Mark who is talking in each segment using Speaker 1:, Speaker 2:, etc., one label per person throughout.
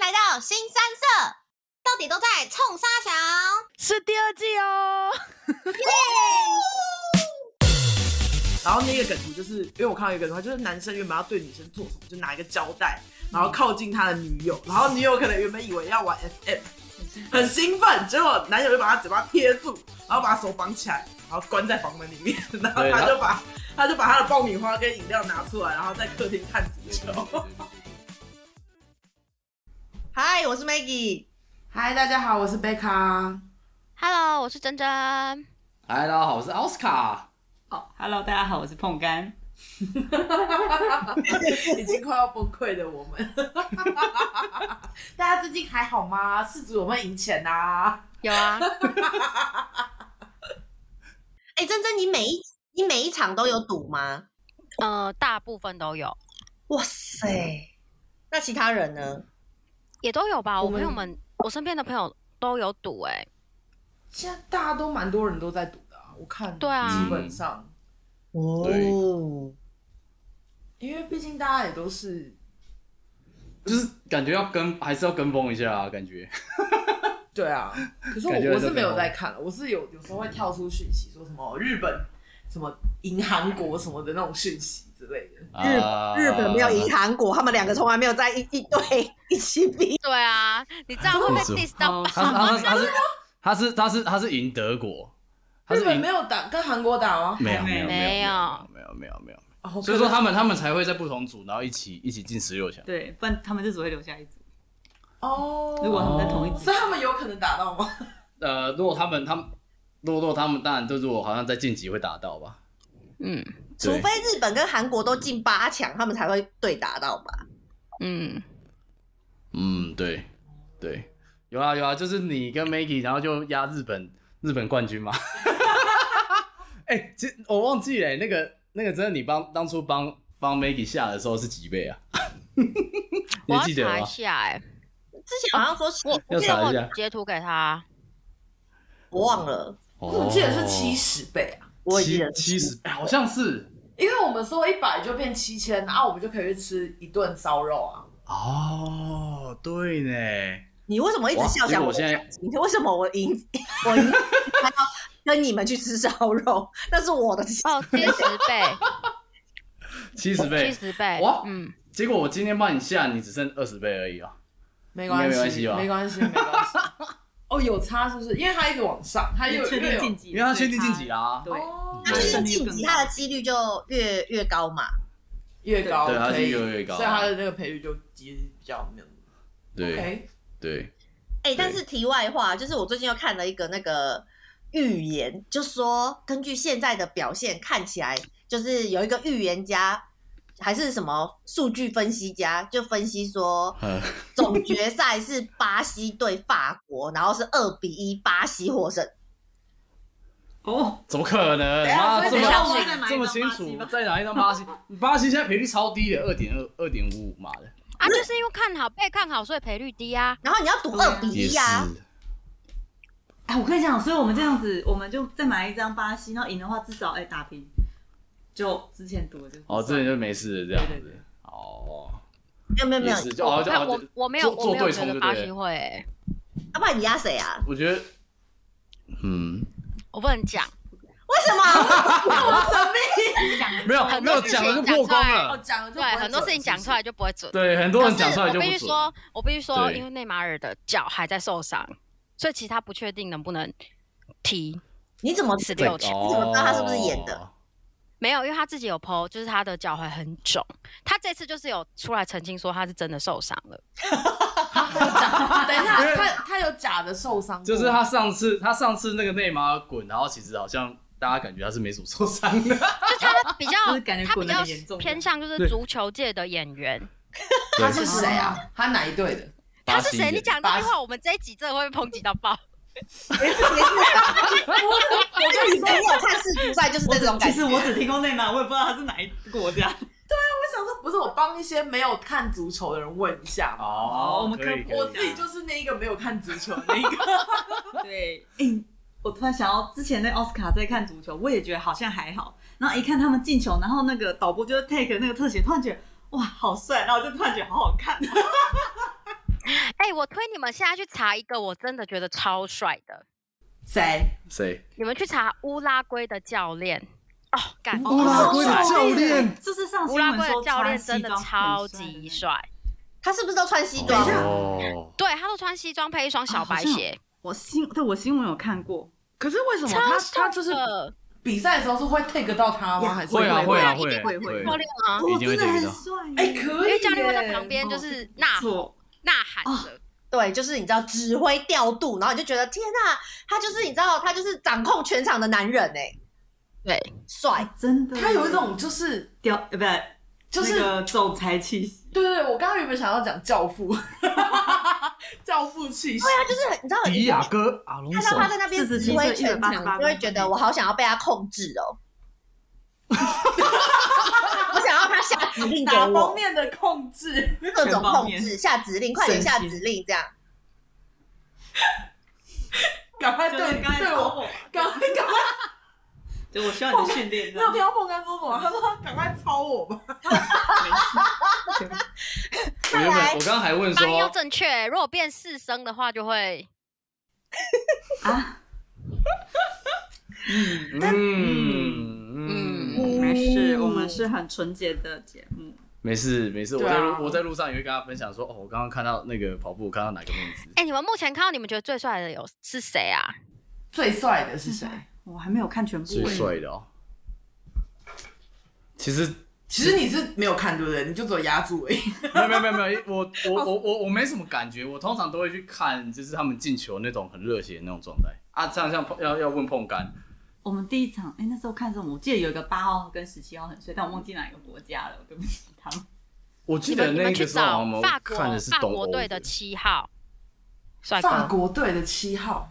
Speaker 1: 来到新三社，到底都在冲沙小。
Speaker 2: 是第二季哦。
Speaker 3: 然后那个梗图就是，因为我看到一个梗图，就是男生原本要对女生做什么，就拿一个胶带，然后靠近他的女友，然后女友可能原本以为要玩 SM，很
Speaker 4: 嗯
Speaker 3: 兴奋，结果男友就把他嘴巴贴住，然后把他手绑起来，然后关在房门里面，然后
Speaker 4: 对
Speaker 3: 他
Speaker 4: 然后
Speaker 3: 就把他就把他的爆米花跟饮料拿出来，然后在客厅看足球。嗨，我是 Maggie。嗨，大家好，我是贝卡。
Speaker 2: Hello，我是珍珍。
Speaker 4: 嗨，大家好，我是奥斯卡。
Speaker 5: 好，Hello，大家好，我是碰干。
Speaker 3: 已经快要崩溃的我们， 大家最近还好吗？世足有没有赢钱啊？
Speaker 2: 有啊，
Speaker 1: 哎，珍珍，你每一你每一场都有赌吗？
Speaker 2: 呃，大部分都有，
Speaker 1: 哇塞，那其他人呢？
Speaker 2: 也都有吧。我
Speaker 3: 我们
Speaker 2: 朋友们，我身边的朋友都有赌哎、
Speaker 3: 现在大家都蛮多人都在赌的、啊，我看
Speaker 2: 对啊
Speaker 3: 基本上，
Speaker 1: 哦，
Speaker 3: 因为毕竟大家也都是
Speaker 4: 就是感觉要跟，还是要跟风一下啊，感觉。
Speaker 3: 对啊，可是我
Speaker 4: 感觉
Speaker 3: 我是
Speaker 4: 在
Speaker 3: 没
Speaker 4: 跟
Speaker 3: 有
Speaker 4: 风
Speaker 3: 在看了，我是有有时候会跳出讯息说什么日本什么赢韩国什么的那种讯息之类的，
Speaker 1: 日日本没有赢韩国，他们两个从来没有在一一队一起比。
Speaker 2: 对啊，你这样会被
Speaker 4: 是
Speaker 2: diss 到
Speaker 5: 好
Speaker 2: 爆。
Speaker 4: 他是他是他是他是他是他是赢德国，他
Speaker 3: 日
Speaker 4: 是
Speaker 3: 本
Speaker 4: 赢
Speaker 3: 没有打跟韩国打吗？
Speaker 4: 没有
Speaker 5: 还
Speaker 4: 没
Speaker 5: 没
Speaker 4: 有
Speaker 2: 没有
Speaker 4: 没有没有没有没有，
Speaker 3: 哦
Speaker 4: 所以说他们他们才会在不同组，然后一起一起进十六强。
Speaker 5: 对，不然他们就只会留下一组。
Speaker 3: 哦，
Speaker 5: 如果他们在同一组，
Speaker 3: 所以他们有可能打到吗？
Speaker 4: 呃，如果他们他们如果如果他们当然就是我好像在晋级会打到吧，
Speaker 2: 嗯
Speaker 1: 除
Speaker 4: 对
Speaker 1: 非日本跟韩国都进八强，他们才会对打到吧？
Speaker 2: 嗯，
Speaker 4: 嗯对对，有啊有啊，就是你跟 Maggie，然后就压日本日本冠军嘛。 哎、其实我忘记了、欸那个那个真的你帮当初帮帮 Maggie 下的时候是几倍啊？
Speaker 2: 我
Speaker 4: 你
Speaker 2: 要
Speaker 4: 还记得
Speaker 2: 查一
Speaker 4: 吗？
Speaker 2: 下哎、
Speaker 1: 之前好像说是
Speaker 2: 我
Speaker 4: 要
Speaker 2: 我记得
Speaker 4: 查一
Speaker 2: 我
Speaker 4: 下
Speaker 2: 截图给他，
Speaker 1: 我忘了，
Speaker 4: 我
Speaker 3: 我怎么记得是七十倍啊？
Speaker 1: 我也记得
Speaker 4: 哦七十，哎好像是
Speaker 3: 因为我们说一百就变七千，然后我们就可以去吃一顿烧肉啊。
Speaker 4: 哦，对呢，
Speaker 1: 你为什么一直笑
Speaker 4: 哇结
Speaker 1: 笑
Speaker 4: 果
Speaker 1: 我
Speaker 4: 我现在
Speaker 1: 你为什么我赢？我赢还要跟你们去吃烧肉，那是我的钱。
Speaker 2: 哦，七十 倍，
Speaker 4: 七十
Speaker 2: 七
Speaker 4: 倍，
Speaker 2: 十倍
Speaker 4: 哇，
Speaker 2: 嗯，
Speaker 4: 结果我今天帮你下，你只剩二十倍而已哦。
Speaker 3: 没
Speaker 4: 关
Speaker 3: 关
Speaker 4: 系
Speaker 3: 系，
Speaker 4: 应该没
Speaker 3: 没关系，没关 系。哦，有差是不是？因为他一直往上，他又
Speaker 5: 确定晋
Speaker 3: 有
Speaker 5: 级，
Speaker 4: 因为他确定晋级啊
Speaker 5: 了。
Speaker 4: 啦，
Speaker 5: 对，
Speaker 3: 哦
Speaker 1: 他
Speaker 5: 他
Speaker 1: 就
Speaker 5: 就是是
Speaker 1: 晋
Speaker 5: 晋
Speaker 1: 级，
Speaker 5: 级
Speaker 1: 他
Speaker 5: 他
Speaker 1: 的几率就越越高嘛。
Speaker 3: 越高
Speaker 4: 对他
Speaker 3: 可
Speaker 4: 是
Speaker 3: 以
Speaker 4: 越越高啊
Speaker 3: 所以他的那个赔率就其实比较没有。
Speaker 4: 对
Speaker 3: OK，
Speaker 4: 对，
Speaker 1: 哎、但是题外话，就是我最近又看了一个那个预言，就说根据现在的表现看起来，就是有一个预言家还是什么数据分析家，就分析说
Speaker 4: 呃
Speaker 1: 总决赛是巴西对法国，然后是二比一巴西获胜。
Speaker 5: 哦，
Speaker 4: 怎么可
Speaker 3: 等
Speaker 4: 能？
Speaker 3: 一下
Speaker 4: 妈
Speaker 3: 所
Speaker 4: 这
Speaker 3: 以等一下
Speaker 4: 么
Speaker 5: 我们再买一
Speaker 4: 这么
Speaker 5: 张
Speaker 4: 清
Speaker 5: 巴西
Speaker 4: 楚
Speaker 5: 吧，
Speaker 4: 再拿一张巴西， 巴西现在赔率超低的，二点二二点五五嘛的，
Speaker 2: 啊，就是因为看好被看好，所以赔率低啊。
Speaker 1: 然后你要赌
Speaker 5: 对啊
Speaker 1: 二比
Speaker 4: 也
Speaker 1: 一
Speaker 4: 是
Speaker 1: 呀、
Speaker 5: 哎，我跟你讲，所以我们这样子，我们就再买一张巴西，然后赢的话至少哎打平，就之前赌的就
Speaker 4: 哦，之前就没事了这
Speaker 5: 对
Speaker 4: 样
Speaker 5: 对
Speaker 4: 子
Speaker 5: 对，
Speaker 4: 哦，
Speaker 1: 没有没有没
Speaker 4: 也
Speaker 1: 有，
Speaker 4: 是就哦就
Speaker 2: 但
Speaker 4: 哦
Speaker 2: 我
Speaker 4: 就
Speaker 2: 我没有
Speaker 4: 做
Speaker 2: 我
Speaker 4: 做
Speaker 2: 没有
Speaker 4: 对
Speaker 2: 觉
Speaker 4: 冲
Speaker 2: 得
Speaker 4: 就
Speaker 2: 巴
Speaker 4: 对
Speaker 2: 西
Speaker 4: 了，
Speaker 2: 会、欸，
Speaker 1: 要不然你压谁啊？
Speaker 4: 我觉得，嗯，
Speaker 2: 我不能讲。
Speaker 1: 为什么？
Speaker 4: 没有
Speaker 2: 很
Speaker 4: 没
Speaker 2: 多
Speaker 4: 有
Speaker 2: 事情
Speaker 4: 讲了就
Speaker 2: 讲
Speaker 4: 破
Speaker 2: 出
Speaker 4: 功
Speaker 2: 来
Speaker 3: 哦，
Speaker 4: 了，
Speaker 3: 讲了就
Speaker 2: 对，很多事情讲出 来就不会准。
Speaker 4: 对，很多
Speaker 2: 可
Speaker 4: 人讲
Speaker 2: 是
Speaker 4: 出来
Speaker 2: 我
Speaker 4: 就
Speaker 2: 必
Speaker 4: 不
Speaker 2: 须
Speaker 4: 准。
Speaker 2: 说，我必须说，
Speaker 4: 对
Speaker 2: 因为内马尔的脚还在受伤，所以其他不确定能不能踢
Speaker 1: 你怎么
Speaker 2: 十
Speaker 4: 哦对
Speaker 2: 六强。
Speaker 1: 你怎么知道他是不是演的？
Speaker 4: 哦
Speaker 2: 没有，因为他自己有 PO，就是他的脚踝很肿。他这次就是有出来澄清说他是真的受伤 了。
Speaker 3: 来。等一下，
Speaker 4: 因为
Speaker 3: 他他有假的受伤过，
Speaker 4: 就是他上次他上次那个内马尔滚，然后其实好像大家感觉他是没怎么受伤的，
Speaker 2: 就他比较
Speaker 5: 就是感觉
Speaker 2: 他比
Speaker 5: 滚得
Speaker 2: 较
Speaker 5: 很严重
Speaker 2: 偏向就是
Speaker 4: 对
Speaker 2: 足球界的演员。
Speaker 3: 他是谁啊？他哪一队的？
Speaker 2: 他是谁？你讲这
Speaker 3: 巴
Speaker 2: 句
Speaker 3: 西
Speaker 2: 话，我们这一集真的会被抨击到爆。
Speaker 1: 没事没事，我跟你说，你有看世足赛就是这种感
Speaker 5: 其
Speaker 1: 觉。
Speaker 5: 实我只听过内马尔，我也不知道他是哪一 个国家。
Speaker 3: 我想说，不是我帮一些没有看足球的人问一下吗？
Speaker 4: 哦，
Speaker 5: 我们
Speaker 4: 可以，
Speaker 5: 可
Speaker 4: 可以
Speaker 3: 我自己就是那一个没有看足球的那一个。
Speaker 5: 对， 哎，我突然想到之前那奥斯卡在看足球，我也觉得好像还好。然后一看他们进球，然后那个导播就 take 那个特写，突然觉得哇好帅，然后我就突然觉得好好看。
Speaker 2: 哎、哎，我推你们现在去查一个我真的觉得超帅的，
Speaker 5: 谁？
Speaker 4: 谁？
Speaker 2: 你们去查乌拉圭的教练哦，干
Speaker 4: 乌拉圭的教练，
Speaker 5: 就是上
Speaker 2: 乌
Speaker 5: 新
Speaker 2: 拉
Speaker 5: 闻
Speaker 2: 圭的
Speaker 5: 说
Speaker 2: 教
Speaker 5: 穿
Speaker 2: 练
Speaker 5: 西
Speaker 2: 真的
Speaker 5: 装
Speaker 2: 超
Speaker 5: 很帅
Speaker 2: 级
Speaker 5: 的
Speaker 2: 帅，
Speaker 1: 他是不是都穿西装？
Speaker 4: 哦，
Speaker 2: 对他都穿西装配一双小
Speaker 5: 好
Speaker 2: 白
Speaker 5: 像
Speaker 2: 鞋，
Speaker 5: 我新对我新闻有看过，
Speaker 3: 可是为什么
Speaker 2: 超
Speaker 3: 他
Speaker 2: 帅
Speaker 3: 他就是
Speaker 2: 的
Speaker 3: 比赛的时候是会 take 到他吗？
Speaker 5: 呀
Speaker 3: 还是
Speaker 4: 会啊会啊
Speaker 2: 一定
Speaker 4: 会会
Speaker 5: 会
Speaker 2: 教练啊，
Speaker 4: 一定会
Speaker 5: 哦真的
Speaker 4: 注意
Speaker 5: 很
Speaker 4: 到
Speaker 5: 帅耶，
Speaker 3: 哎、可
Speaker 2: 因
Speaker 3: 以耶，
Speaker 2: 为教练会在旁边就是
Speaker 5: 哦
Speaker 2: 呐
Speaker 5: 错，
Speaker 2: 呐喊
Speaker 5: 哦
Speaker 2: 着，
Speaker 1: 对，就是你知道指挥调度，然后你就觉得天啊，他就是你知道他就是掌控全场的男人哎、
Speaker 2: 对，
Speaker 1: 帅，
Speaker 5: 真的，
Speaker 3: 他有一种就是
Speaker 5: 屌，呃，不是，
Speaker 3: 就是
Speaker 5: 那个总裁气息。
Speaker 3: 对对，对我刚刚原本想要讲教父， 教父气息，
Speaker 5: 啊
Speaker 1: 他就是很你知道
Speaker 4: 迪亚哥阿隆
Speaker 1: 看
Speaker 4: 索
Speaker 1: 到，他在那边
Speaker 5: 47
Speaker 1: 指挥
Speaker 5: 岁
Speaker 1: 全场，
Speaker 5: 188
Speaker 1: 你就会觉得我好想要被他控制哦。我想要他下指令给
Speaker 3: 哪方
Speaker 1: 我，
Speaker 3: 面的控制？
Speaker 1: 各种
Speaker 5: 全方
Speaker 1: 控
Speaker 5: 面
Speaker 1: 制，下指令，快点下
Speaker 5: 身心
Speaker 1: 指令，这样。
Speaker 3: 赶哎快对
Speaker 5: 就是刚才
Speaker 3: 对
Speaker 5: 说
Speaker 3: 我，赶快赶快！
Speaker 5: 就我需要你的训练，
Speaker 3: 你有听到碰干说什么？ 他说赶快抄我吧。
Speaker 4: 我原本我刚刚还问
Speaker 2: 发音要
Speaker 4: 说，
Speaker 2: 正确，如果变四声的话就会
Speaker 5: 啊，
Speaker 4: 嗯嗯，
Speaker 5: 没事，我们是很纯洁的节目。
Speaker 4: 没事没事，我
Speaker 3: 对
Speaker 4: 在
Speaker 3: 啊
Speaker 4: 路我在路上也会跟他分享说，哦，我刚刚看到那个跑步，看到哪个妹子，
Speaker 2: 哎、你们目前看到你们觉得最帅的有是谁啊？
Speaker 3: 最帅的是谁？
Speaker 5: 我还没有看全部
Speaker 4: 最
Speaker 5: 欸，
Speaker 4: 帅的哦。其实
Speaker 3: 其实你是没有看对不对？你就只有压住而已。
Speaker 4: 没有没有没有没有，我我我我我没什么感觉，我通常都会去看，就是他们进球那种很热血的那种状态啊，这样像碰要要问碰杆，
Speaker 5: 我们第一场，哎，那时候看这种，我记得有一个八号跟十七号很帅，但我忘记哪一个国家了，对不起他们。
Speaker 4: 我记
Speaker 2: 你
Speaker 4: 得
Speaker 2: 们你
Speaker 4: 那
Speaker 2: 们去
Speaker 4: 个时候
Speaker 2: 找
Speaker 4: 好像我们
Speaker 2: 法国
Speaker 4: 看的是
Speaker 2: 法
Speaker 4: 东欧
Speaker 2: 国队的七号帅
Speaker 3: 法
Speaker 2: 哥，
Speaker 3: 国队的七号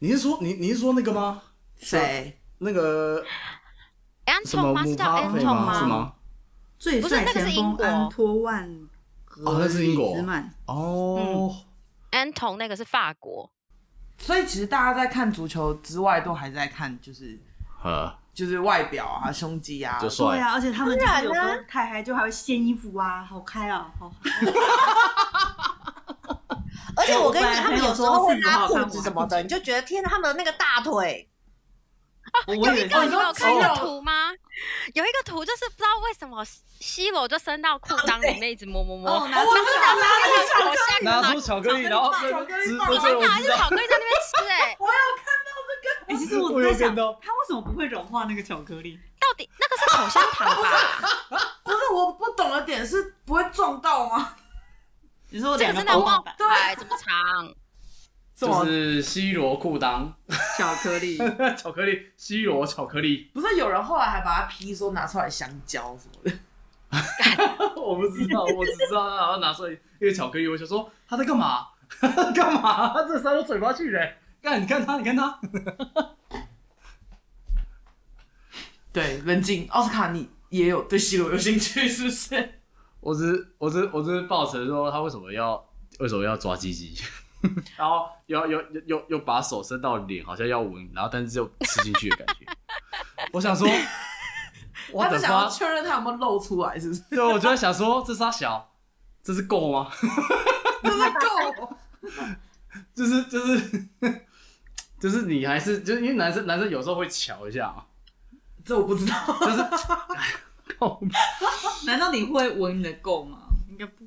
Speaker 4: 你是说你你是说那个吗？
Speaker 3: 谁？
Speaker 4: 那个
Speaker 2: 哎，安
Speaker 4: 什
Speaker 2: 痛
Speaker 4: 么
Speaker 2: 吗？
Speaker 4: 姆
Speaker 2: 是叫
Speaker 4: 巴
Speaker 2: 安
Speaker 4: 佩
Speaker 2: 痛
Speaker 4: 吗？是
Speaker 2: 吗？
Speaker 4: 吗？
Speaker 5: 最
Speaker 2: 不是
Speaker 5: 帅
Speaker 2: 那个是
Speaker 5: 前
Speaker 2: 英
Speaker 5: 锋
Speaker 2: 国
Speaker 5: 安托万格
Speaker 4: 哦那是英国
Speaker 5: 里兹曼
Speaker 4: 哦，
Speaker 2: 安痛那个是法国，
Speaker 3: 所以其实大家在看足球之外，都还在看就是
Speaker 4: 呃，
Speaker 3: 就是外表啊、胸肌啊
Speaker 4: 就。
Speaker 5: 对
Speaker 4: 帅，
Speaker 5: 啊，而且他们就
Speaker 1: 当然
Speaker 5: 是有时候
Speaker 1: 啦
Speaker 5: 太嗨就还会掀衣服啊，好开啊，好。
Speaker 1: 而且我跟你讲，
Speaker 5: 哎
Speaker 1: 他
Speaker 5: 我本来
Speaker 1: 们
Speaker 5: 朋友
Speaker 1: 有时
Speaker 5: 说
Speaker 1: 候会
Speaker 5: 45
Speaker 1: 拉
Speaker 5: 号
Speaker 1: 裤
Speaker 5: 看
Speaker 1: 子
Speaker 5: 我
Speaker 1: 什么的，你就觉得天哪，他们的那个大腿，
Speaker 5: 我以为
Speaker 2: 你们有看一
Speaker 3: 肌
Speaker 2: 个
Speaker 3: 肉
Speaker 2: 图吗？有一个图就是不知道为什么 C 罗就伸到裤裆里面一直摸摸摸，
Speaker 5: 哦，拿
Speaker 3: 我知道啦，
Speaker 2: 我下个
Speaker 4: 拿出巧克力，然后
Speaker 3: 巧克力
Speaker 4: 直
Speaker 3: 棒
Speaker 4: 播
Speaker 3: 巧
Speaker 4: 间
Speaker 2: 真
Speaker 4: 我
Speaker 2: 的还
Speaker 4: 知
Speaker 2: 是
Speaker 4: 道，
Speaker 2: 巧克力在那边吃哎、
Speaker 5: 哎，其实我
Speaker 4: 我有
Speaker 5: 在想，
Speaker 4: 看到
Speaker 5: 他为什么不会融化那个巧克力？
Speaker 2: 到底那个是口香糖吧？
Speaker 3: 不是我不懂的点是不会撞到吗？
Speaker 5: 你说
Speaker 2: 这个
Speaker 5: 两
Speaker 2: 真的
Speaker 5: 包
Speaker 2: 忘
Speaker 5: 装版
Speaker 2: 不来这么长，
Speaker 3: 什么
Speaker 4: 就是西罗裤裆
Speaker 5: 巧克力，
Speaker 4: 巧克力，西罗巧克力，
Speaker 3: 不是有人后来还把它批说拿出来香蕉什么的，
Speaker 4: 我不知道，我只知道他好像拿出来一个巧克力，我想说他在干嘛？ 干嘛？他这塞到嘴巴去嘞！干，你看他，你看他，
Speaker 3: 对，冷静，奥斯卡你也有对 C 罗有兴趣是不 是？
Speaker 4: 我只我只我只是抱持说他为什么要为什么要抓鸡 鸡，然后又又又又又把手伸到脸，好像要闻，然后但是又吃进去的感觉。我 想说，我
Speaker 3: 他
Speaker 4: 的
Speaker 3: 是想要
Speaker 4: 妈！
Speaker 3: 确认他有没有露出来，是不是？
Speaker 4: 对，我就在想说，这仨小，这是够吗？
Speaker 3: 真的够，
Speaker 4: 就是就是 就是你还是就是因为男生男生有时候会瞧一下嘛，
Speaker 3: 这我不知道。
Speaker 4: 就是 靠
Speaker 5: 难道你会闻你的够吗？应该不。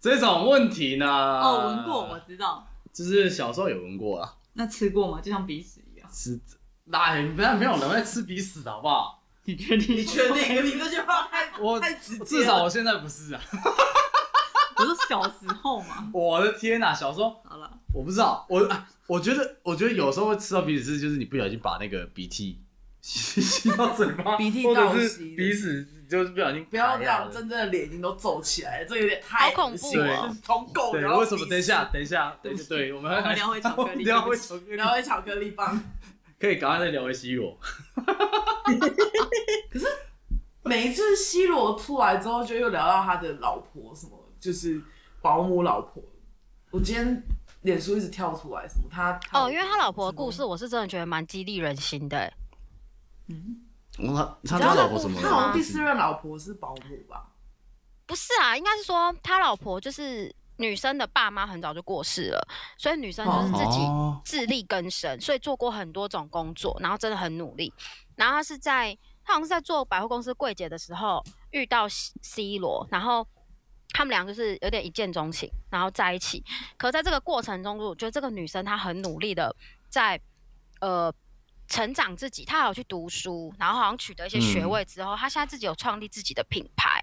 Speaker 4: 这种问题呢？
Speaker 5: 哦，闻过，我知道。
Speaker 4: 就是小时候有闻过啊，
Speaker 5: 那吃过吗？就像鼻屎一样。
Speaker 4: 吃。那你不要没有人会吃鼻屎的好不好？
Speaker 5: 你确定？
Speaker 3: 你确定？你这句话太
Speaker 4: 我
Speaker 3: 太 直接了
Speaker 4: 至少我现在不是啊！
Speaker 5: 我说小时候嘛。
Speaker 4: 我的天哪、小时候
Speaker 5: 好了，
Speaker 4: 我不知道，我啊我觉得我觉得有时候会吃到鼻屎是就是你不小心把那个鼻涕吸 吸到嘴巴，
Speaker 3: 鼻涕
Speaker 4: 或
Speaker 3: 倒
Speaker 4: 者是
Speaker 3: 吸
Speaker 4: 鼻屎就是不小心
Speaker 3: 不要
Speaker 4: 排
Speaker 3: 这
Speaker 4: 啊
Speaker 3: 样，真正的脸已经都皱起来了，这有点太
Speaker 2: 好恐怖啊
Speaker 4: 哦
Speaker 3: 了。从狗
Speaker 4: 对，
Speaker 3: 然后
Speaker 4: 为什么？
Speaker 3: 鼻
Speaker 4: 等一下，
Speaker 3: 屎，
Speaker 4: 等一下，
Speaker 5: 对
Speaker 4: 等一下，
Speaker 5: 不起
Speaker 4: 对，我们
Speaker 5: 我们聊回巧克 力
Speaker 4: 聊回
Speaker 5: 对不
Speaker 4: 巧克力，
Speaker 3: 然后巧克力棒，
Speaker 4: 可以赶快再聊回 C 罗。
Speaker 3: 每一次 C 罗出来之后，就又聊到他的老婆什么，就是保姆老婆。我今天脸书一直跳出来什么他他
Speaker 2: 哦，因为他老婆的故事，我是真的觉得蛮激励人心的、欸。
Speaker 4: 我他
Speaker 3: 然后
Speaker 4: 他老婆什么？
Speaker 3: 他好像第四任老婆是保姆吧？
Speaker 2: 不是啊，应该是说他老婆就是女生的爸妈很早就过世了，所以女生就是自己
Speaker 4: 哦
Speaker 2: 自力更生，所以做过很多种工作，然后真的很努力。然后他是在他好像是在做百货公司柜姐的时候遇到 C- C 罗，然后他们俩就是有点一见钟情，然后在一起。可在这个过程中，我觉得这个女生她很努力的在呃成长自己，她还有去读书，然后好像取得一些学位之后，她现在自己有创立自己的品牌，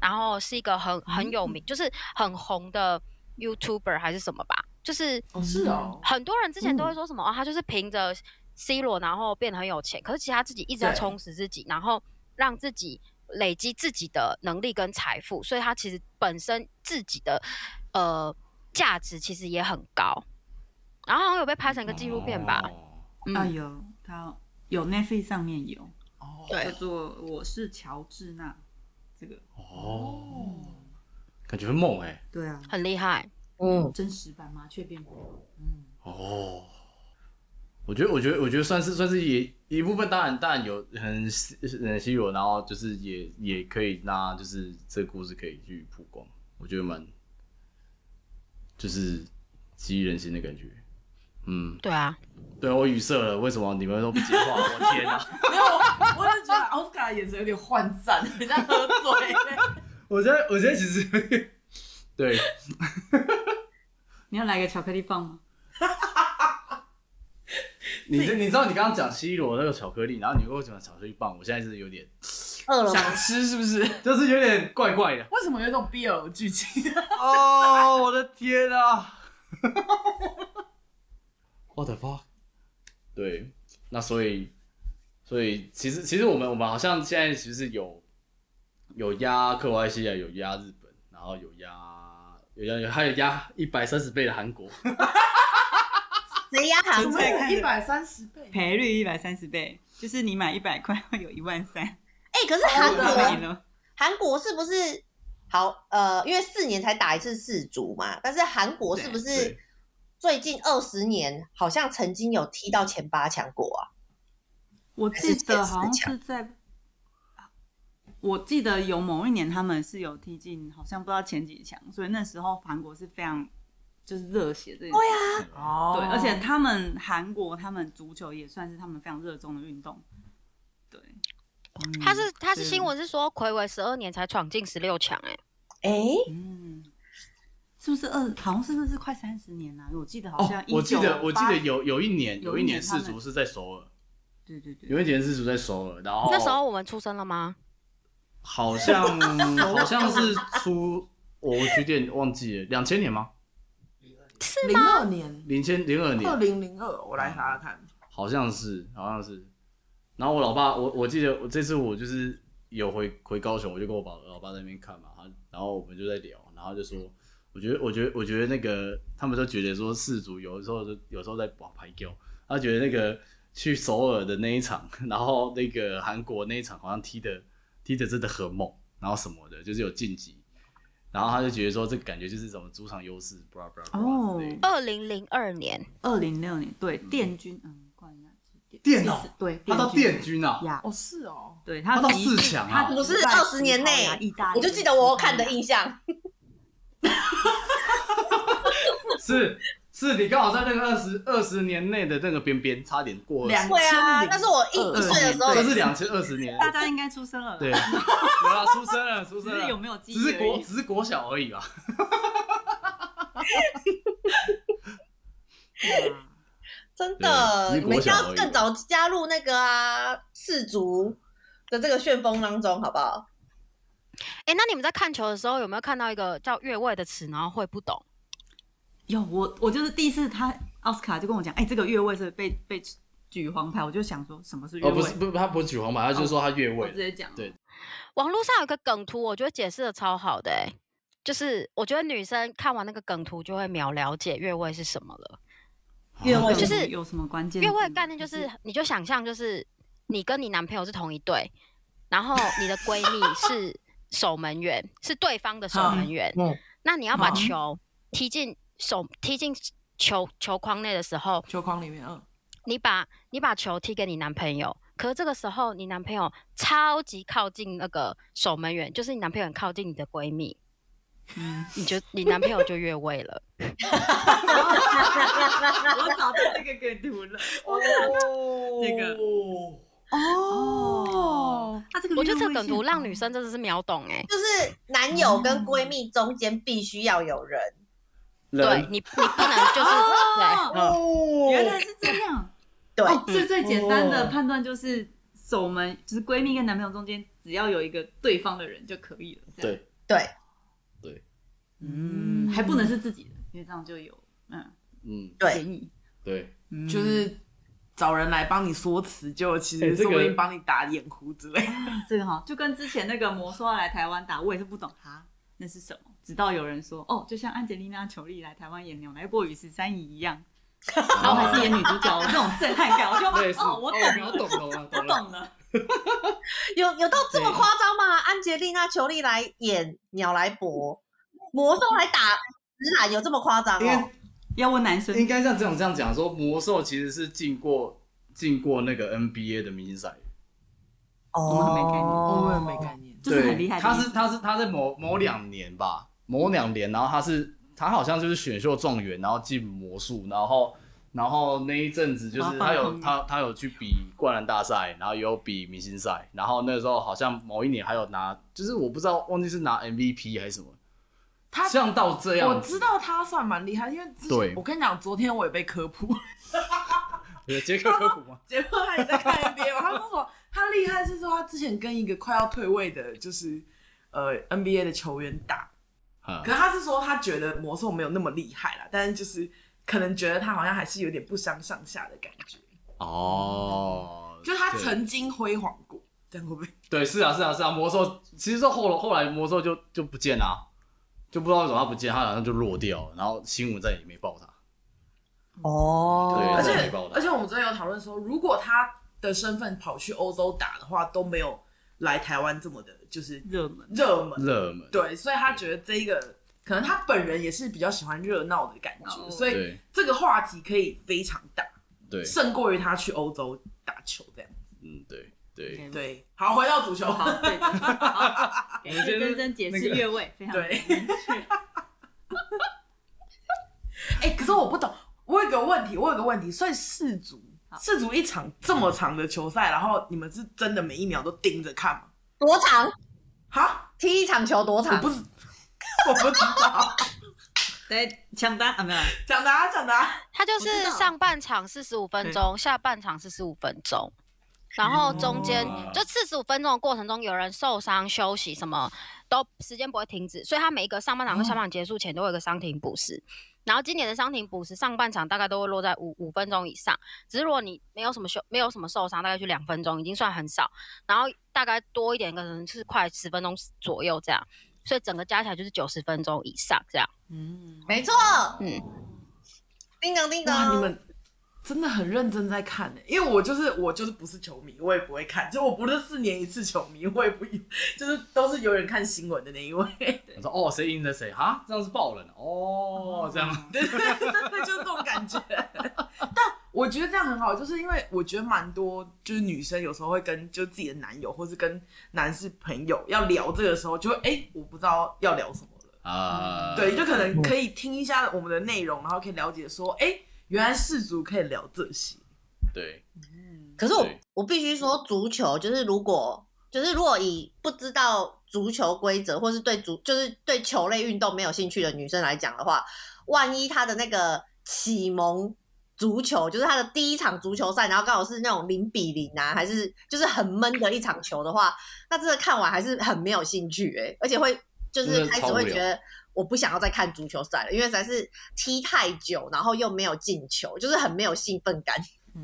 Speaker 2: 然后是一个很很有名，就是很红的 YouTuber 还是什么吧，就是
Speaker 3: 哦，是哦，
Speaker 2: 很多人之前都会说什么、哦，他就是凭着 C 罗然后变得很有钱，可是其实他自己一直在
Speaker 3: 对
Speaker 2: 充实自己，然后让自己累积自己的能力跟财富，所以他其实本身自己的呃价值其实也很高。然后好像有被拍成一个纪录片吧，嗯，
Speaker 5: 啊有，他有 Netflix 上面有，
Speaker 3: 哦，
Speaker 5: 叫
Speaker 2: 对，
Speaker 5: 做《我是乔治娜》这个，
Speaker 4: 哦，感觉很猛哎、
Speaker 5: 对啊，
Speaker 2: 很厉害，
Speaker 1: 嗯，
Speaker 5: 真实版麻雀变鬼，嗯，
Speaker 4: 哦，我觉得，我觉得，我觉得算是算是也一部分，当然，当然有很很稀有，然后就是也也可以让就是这个故事可以去曝光，我觉得蛮就是激励人心的感觉。嗯，
Speaker 2: 对啊，
Speaker 4: 对我语塞了，为什么你们都不接话？我天哪、
Speaker 3: 没有，我只觉得奥斯卡的眼神有点涣散，很像喝醉。
Speaker 4: 我觉得，我觉得其实 对，
Speaker 5: 你要来个巧克力棒吗？
Speaker 4: 你这你知道你刚刚讲 C 罗那个巧克力，然后你跟我讲巧克力棒，我现在是有点，
Speaker 1: 饿了吗？
Speaker 3: 想吃是不是？
Speaker 4: 就是有点怪怪的。
Speaker 3: 为什么有一种 BL 剧情？
Speaker 4: 哦，我的天啊！What the fuck？对，那所以，所以其实其实我们我们好像现在其实有有压克罗埃西亚，有压日本，然后有压有压有还有压一百三十倍的韩国。
Speaker 1: 谁压
Speaker 5: 啊
Speaker 1: 韩国？
Speaker 5: 对
Speaker 3: 一百三十倍，
Speaker 5: 赔率一百三十倍，就是你买一百块会有一万三，
Speaker 1: 哎、可是韩
Speaker 5: 买
Speaker 1: 国
Speaker 5: 了。
Speaker 1: 韩国是不是好？呃，因为四年才打一次世足嘛，但是韩国是不是
Speaker 4: 对
Speaker 1: 最近二十年好像曾经有踢到前八强过啊？
Speaker 5: 我记得好像是在，我记得有某一年他们是有踢进，好像不知道前几强，所以那时候韩国是非常就是热血这件事。对啊，
Speaker 3: 哦
Speaker 5: 对，而且他们韩国他们足球也算是他们非常热衷的运动。对，
Speaker 2: 他是他嗯是
Speaker 5: 对
Speaker 2: 新闻是说暌违十二年才闯进十六强，哎，
Speaker 1: 哎、
Speaker 5: 嗯，是不是二？好像是不是快三十年啦、我记得好
Speaker 4: 哦
Speaker 5: 像、，
Speaker 4: 我记得我记得
Speaker 5: 有，
Speaker 4: 有有一年
Speaker 5: 有
Speaker 4: 有一
Speaker 5: 一
Speaker 4: 年
Speaker 5: 年他
Speaker 4: 世
Speaker 5: 们
Speaker 4: 足是在首尔，
Speaker 5: 对对对，
Speaker 4: 有一年世足在首尔，然后
Speaker 2: 那时候我们出生了吗？
Speaker 4: 好 像好像是出我我有点忘记了，两千年吗？
Speaker 2: 是
Speaker 3: 零二年，
Speaker 4: 零千零二年，
Speaker 3: 二零零二，我来查查看。
Speaker 4: 好像是，好像是。然后我老爸，我我记得我这次我就是有回回高雄，我就跟我爸老爸在那边看嘛，他然后我们就在聊，然后他就说，我觉得我觉得我觉得那个他们都觉得说世足有的时候就有时候在打排球，他觉得那个去首尔的那一场， 然后那个韩国那一场好像踢的踢的真的很猛，然后什么的，就是有晋级，然后他就觉得说这感觉就是什么主场优势，blah blah blah 之类的。
Speaker 2: 二零零二年，
Speaker 5: 二零六年，对，电军，嗯，冠亚军，
Speaker 4: 电哦
Speaker 5: 对，
Speaker 4: 他到
Speaker 5: 电
Speaker 4: 电军啊，
Speaker 5: 呀，
Speaker 3: 哦，是哦，
Speaker 5: 对
Speaker 4: 他
Speaker 5: 他
Speaker 4: 到
Speaker 5: 击
Speaker 4: 四强啊
Speaker 5: 他击败
Speaker 1: 不是20年内
Speaker 5: 葡萄牙啊意大利，
Speaker 1: 我就记得我看的印象，
Speaker 4: 是是，你刚好在那个二十二十年内的那个边边，差点过二
Speaker 3: 两
Speaker 4: 十，
Speaker 1: 对啊，
Speaker 3: 2002
Speaker 1: 但是我一一岁的时候
Speaker 4: 这是两千二十年，
Speaker 5: 大家应该出生了，
Speaker 4: 对，，有啦，出生了，出
Speaker 5: 只
Speaker 4: 生
Speaker 5: 是
Speaker 4: 了，
Speaker 5: 有没有记忆
Speaker 4: 只是
Speaker 5: 而
Speaker 4: 国
Speaker 5: 已。
Speaker 4: 只是国小而已啊吧？
Speaker 1: 真
Speaker 4: 对
Speaker 1: 的，
Speaker 4: 只
Speaker 1: 你
Speaker 4: 是
Speaker 1: 们
Speaker 4: 国
Speaker 1: 就
Speaker 4: 小
Speaker 1: 要
Speaker 4: 而已啊
Speaker 1: 更早加入那个啊世足的这个旋风当中，好不好？
Speaker 2: 哎、那你们在看球的时候有没有看到一个叫越位的词，然后会不懂？
Speaker 5: 有我，我就是第一次他奥斯卡就跟我讲，哎，这个越位是被被举黄牌，我就想说什么是越
Speaker 4: 哦，
Speaker 5: 位
Speaker 4: 不，是，不，他不是举红牌，他就说他越
Speaker 5: 我
Speaker 4: 位
Speaker 5: 直。接讲，
Speaker 4: 对
Speaker 2: 网络上有个梗图，我觉得解释的超好的、欸，就是我觉得女生看完那个梗图就会秒了解越位是什么了。
Speaker 5: 越位
Speaker 2: 就是
Speaker 5: 有什么关键字
Speaker 2: 越
Speaker 5: 吗？
Speaker 2: 位概念就是，你就想象就是你跟你男朋友是同一队，然后你的闺蜜是守门员，是对方的守门员，
Speaker 1: 嗯
Speaker 2: 那你要把
Speaker 3: 好
Speaker 2: 球踢进手踢进球球框内的时候，
Speaker 3: 球框里面，嗯，
Speaker 2: 你把你把球踢给你男朋友，可是这个时候，你男朋友超级靠近那个守门员，就是你男朋友很靠近你的闺蜜，
Speaker 5: 嗯，
Speaker 2: 你就你男朋友就越位 了。
Speaker 5: 我找到这个梗图了。
Speaker 3: 哦这
Speaker 5: 个哦，他这个
Speaker 2: 我觉得
Speaker 5: 越
Speaker 2: 这
Speaker 5: 位
Speaker 2: 个梗
Speaker 5: 性
Speaker 2: 图让
Speaker 5: 好
Speaker 2: 女生真的是秒懂哎、
Speaker 1: 就是男友
Speaker 5: 嗯
Speaker 1: 跟闺蜜中间必须要有人，
Speaker 2: 对
Speaker 4: 人
Speaker 2: 你，你不能就是对，
Speaker 5: 哦，
Speaker 4: 啊，
Speaker 3: 哦
Speaker 5: 原来是这样。
Speaker 1: 对，
Speaker 5: 哦，最最简单的
Speaker 3: 哦
Speaker 5: 判断就是守门，就是闺蜜跟男朋友中间只要有一个对方的人就可以了。这样，
Speaker 4: 对，
Speaker 1: 对，
Speaker 5: 嗯，还不能是自己的，因为这样就有嗯
Speaker 4: 嗯，
Speaker 1: 对
Speaker 5: 嫌疑。
Speaker 4: 对，
Speaker 5: 嗯
Speaker 3: 就是找人来帮你说辞，就其
Speaker 4: 哎
Speaker 3: 实
Speaker 4: 这个
Speaker 3: 说不定帮你打掩护之类。
Speaker 5: 这个哈，就跟之前那个魔兽要来台湾打，我也是不懂哈，那是什么？直到有人说，哦，就像安吉丽娜·裘丽来台湾演《牛奶过与十三姨》一样，然后还是演女主角，我这种震撼感，我就
Speaker 4: 类似，
Speaker 5: 哦，我懂
Speaker 4: 我
Speaker 5: 了，
Speaker 4: 懂了，我
Speaker 5: 我
Speaker 4: 懂了，
Speaker 5: 懂了。
Speaker 1: 有有到这么
Speaker 4: 对
Speaker 1: 夸张吗？安吉丽娜·裘丽来演鸟来伯，魔兽来打直男，有这么夸张
Speaker 4: 因为
Speaker 1: 哦？
Speaker 5: 要问男生，
Speaker 4: 应该像这种这样讲说，魔兽其实是进过进过那个 NBA 的明星赛，
Speaker 5: 我们还没概念
Speaker 4: 哦
Speaker 3: 我也没概念，
Speaker 5: 就是很
Speaker 4: 对
Speaker 5: 厉害的
Speaker 4: 他
Speaker 5: 意
Speaker 4: 是
Speaker 5: 思
Speaker 4: 他是他在某某两年吧，某两年，然后他是他好像就是选秀状元，然后进魔术，然后然后那一阵子就是他有他他有去比灌篮大赛，然后也有比明星赛，然后那时候好像某一年还有拿，就是我不知道忘记是拿 MVP 还是什么，
Speaker 3: 他
Speaker 4: 像到这样，
Speaker 3: 我知，道他算蛮厉害，因为之前
Speaker 4: 对
Speaker 3: 我跟你讲，昨天我也被科普，
Speaker 4: 杰克科普吗？
Speaker 3: 结果他也在看 NBA 嘛。他说什么？他厉害是说他之前跟一个快要退位的，就是呃 NBA 的球员打，
Speaker 4: 嗯
Speaker 3: 可是他是说他觉得魔兽没有那么厉害啦，但是就是可能觉得他好像还是有点不相上下的感觉，
Speaker 4: 哦，
Speaker 3: 就是他
Speaker 4: 对
Speaker 3: 曾经辉煌过，这样会不会？
Speaker 4: 对，是啊，是啊，是啊，魔兽其实说后来后来魔兽就就不见了、啊就不知道为什么他不见，他好像就落掉了，然后新闻再也没报他。
Speaker 1: 哦
Speaker 4: 对
Speaker 3: 而
Speaker 4: 这样
Speaker 3: 且
Speaker 4: 没报道
Speaker 3: 而且我们之前有讨论说，如果他的身份跑去欧洲打的话，都没有来台湾这么的，就是
Speaker 5: 热门，
Speaker 3: 热门。
Speaker 4: 热门，
Speaker 3: 对，所以他觉得这一个可能他本人也是比较喜欢热闹的感觉，
Speaker 5: 哦
Speaker 3: 所以
Speaker 4: 对
Speaker 3: 这个话题可以非常大，
Speaker 4: 对，
Speaker 3: 胜过于他去欧洲打球这样。
Speaker 4: 嗯，对对，
Speaker 3: 对，好，回到足球，
Speaker 5: 好，对，好，给
Speaker 4: 我觉得
Speaker 5: 认真解释
Speaker 4: 那个
Speaker 5: 越位，非常
Speaker 3: 对
Speaker 5: 明确。
Speaker 3: 哎、可是我不懂，我有个问题，我有个问题，所以世足
Speaker 5: 好
Speaker 3: 世足一场这么长的球赛，然后你们是真的每一秒都盯着看吗？
Speaker 1: 多长？
Speaker 3: 哈，
Speaker 1: 踢一场球多
Speaker 3: 我
Speaker 1: 长？
Speaker 3: 不是，我不知道，
Speaker 5: 对，抢答啊，没有啦，
Speaker 3: 讲的啊，讲的啊。
Speaker 2: 他就
Speaker 5: 知
Speaker 2: 是
Speaker 5: 道
Speaker 2: 上半场四十五分钟，下半场四十五分钟，然后中间
Speaker 4: 哦
Speaker 2: 就四十五分钟的过程中，有人受伤休息什么都时间不会停止，所以他每一个上半场
Speaker 4: 哦
Speaker 2: 跟下半场结束前都会有一个伤停补时。然后今年的伤停补时上半场大概都会落在五五分钟以上，只是如果你没有什么休没有什么受伤，大概去两分钟已经算很少，然后大概多一点可能是快十分钟左右这样，所以整个加起来就是九十分钟以上这样。
Speaker 3: 嗯，
Speaker 1: 没错，
Speaker 2: 嗯，
Speaker 1: 叮当叮
Speaker 3: 哇，
Speaker 1: 当，
Speaker 3: 你们真的很认真在看呢、因为我就是我就是不是球迷，我也不会看，就我不是四年一次球迷，我也不就是都是有人看新闻的那一位，
Speaker 4: 我说哦，谁赢了谁哈，这样是爆冷哦，这样
Speaker 3: 对对对对对，就是这种感觉。 但我觉得这样很好，就是因为我觉得蛮多就是女生有时候会跟就自己的男友或是跟男士朋友要聊这个的时候，就会哎、我不知道要聊什么了。
Speaker 4: 啊，
Speaker 3: 哦对，就可能可以听一下我们的内容，然后可以了解说，哎、原来氏族可以聊这些。
Speaker 4: 对
Speaker 5: 嗯
Speaker 1: 可是我
Speaker 4: 对
Speaker 1: 我必须说，足球就是如果就是如果以不知道足球规则或是对足就是对球类运动没有兴趣的女生来讲的话，万一她的那个启蒙足球就是她的第一场足球赛，然后刚好是那种零比零啊，还是就是很闷的一场球的话，那真的看完还是很没有兴趣哎、而且会就
Speaker 4: 真
Speaker 1: 是
Speaker 4: 的
Speaker 1: 开始
Speaker 4: 超无
Speaker 1: 会
Speaker 4: 聊
Speaker 1: 觉得。我不想要再看足球赛了，因为实在是踢太久，然后又没有进球，就是很没有兴奋感。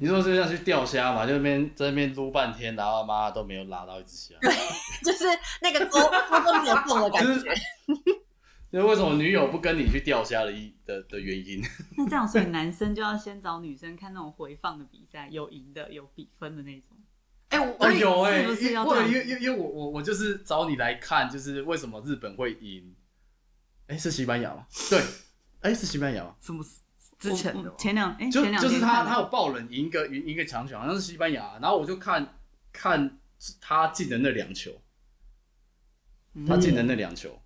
Speaker 4: 你说就像去钓虾嘛，就那边在那边撸半天，然后妈都没有拉到一只虾。
Speaker 1: 就是那个勾勾勾没有动的感
Speaker 4: 就是
Speaker 1: 觉。
Speaker 4: 那为什么女友不跟你去钓虾的一的的原因？
Speaker 5: 那这样，所以男生就要先找女生看那种回放的比赛，有赢的，有比分的那种。
Speaker 3: 哎、我
Speaker 4: 我
Speaker 3: 我
Speaker 4: 有哎、
Speaker 5: 是不是要
Speaker 4: 我
Speaker 5: 这样
Speaker 4: 因为因为因为我我我就是找你来看，就是为什么日本会赢？哎、是西班牙吗？对，哎、是西班牙吗？
Speaker 3: 什么之前的
Speaker 5: 我
Speaker 3: 吗
Speaker 5: 我前两哎，
Speaker 4: 就
Speaker 5: 前两
Speaker 4: 就是
Speaker 5: 天
Speaker 4: 他
Speaker 5: 看
Speaker 4: 他有
Speaker 5: 的
Speaker 4: 啊爆冷赢一个赢一个强权，好像是西班牙，然后我就看看他进的那两球，
Speaker 5: 嗯
Speaker 4: 他进的那两球，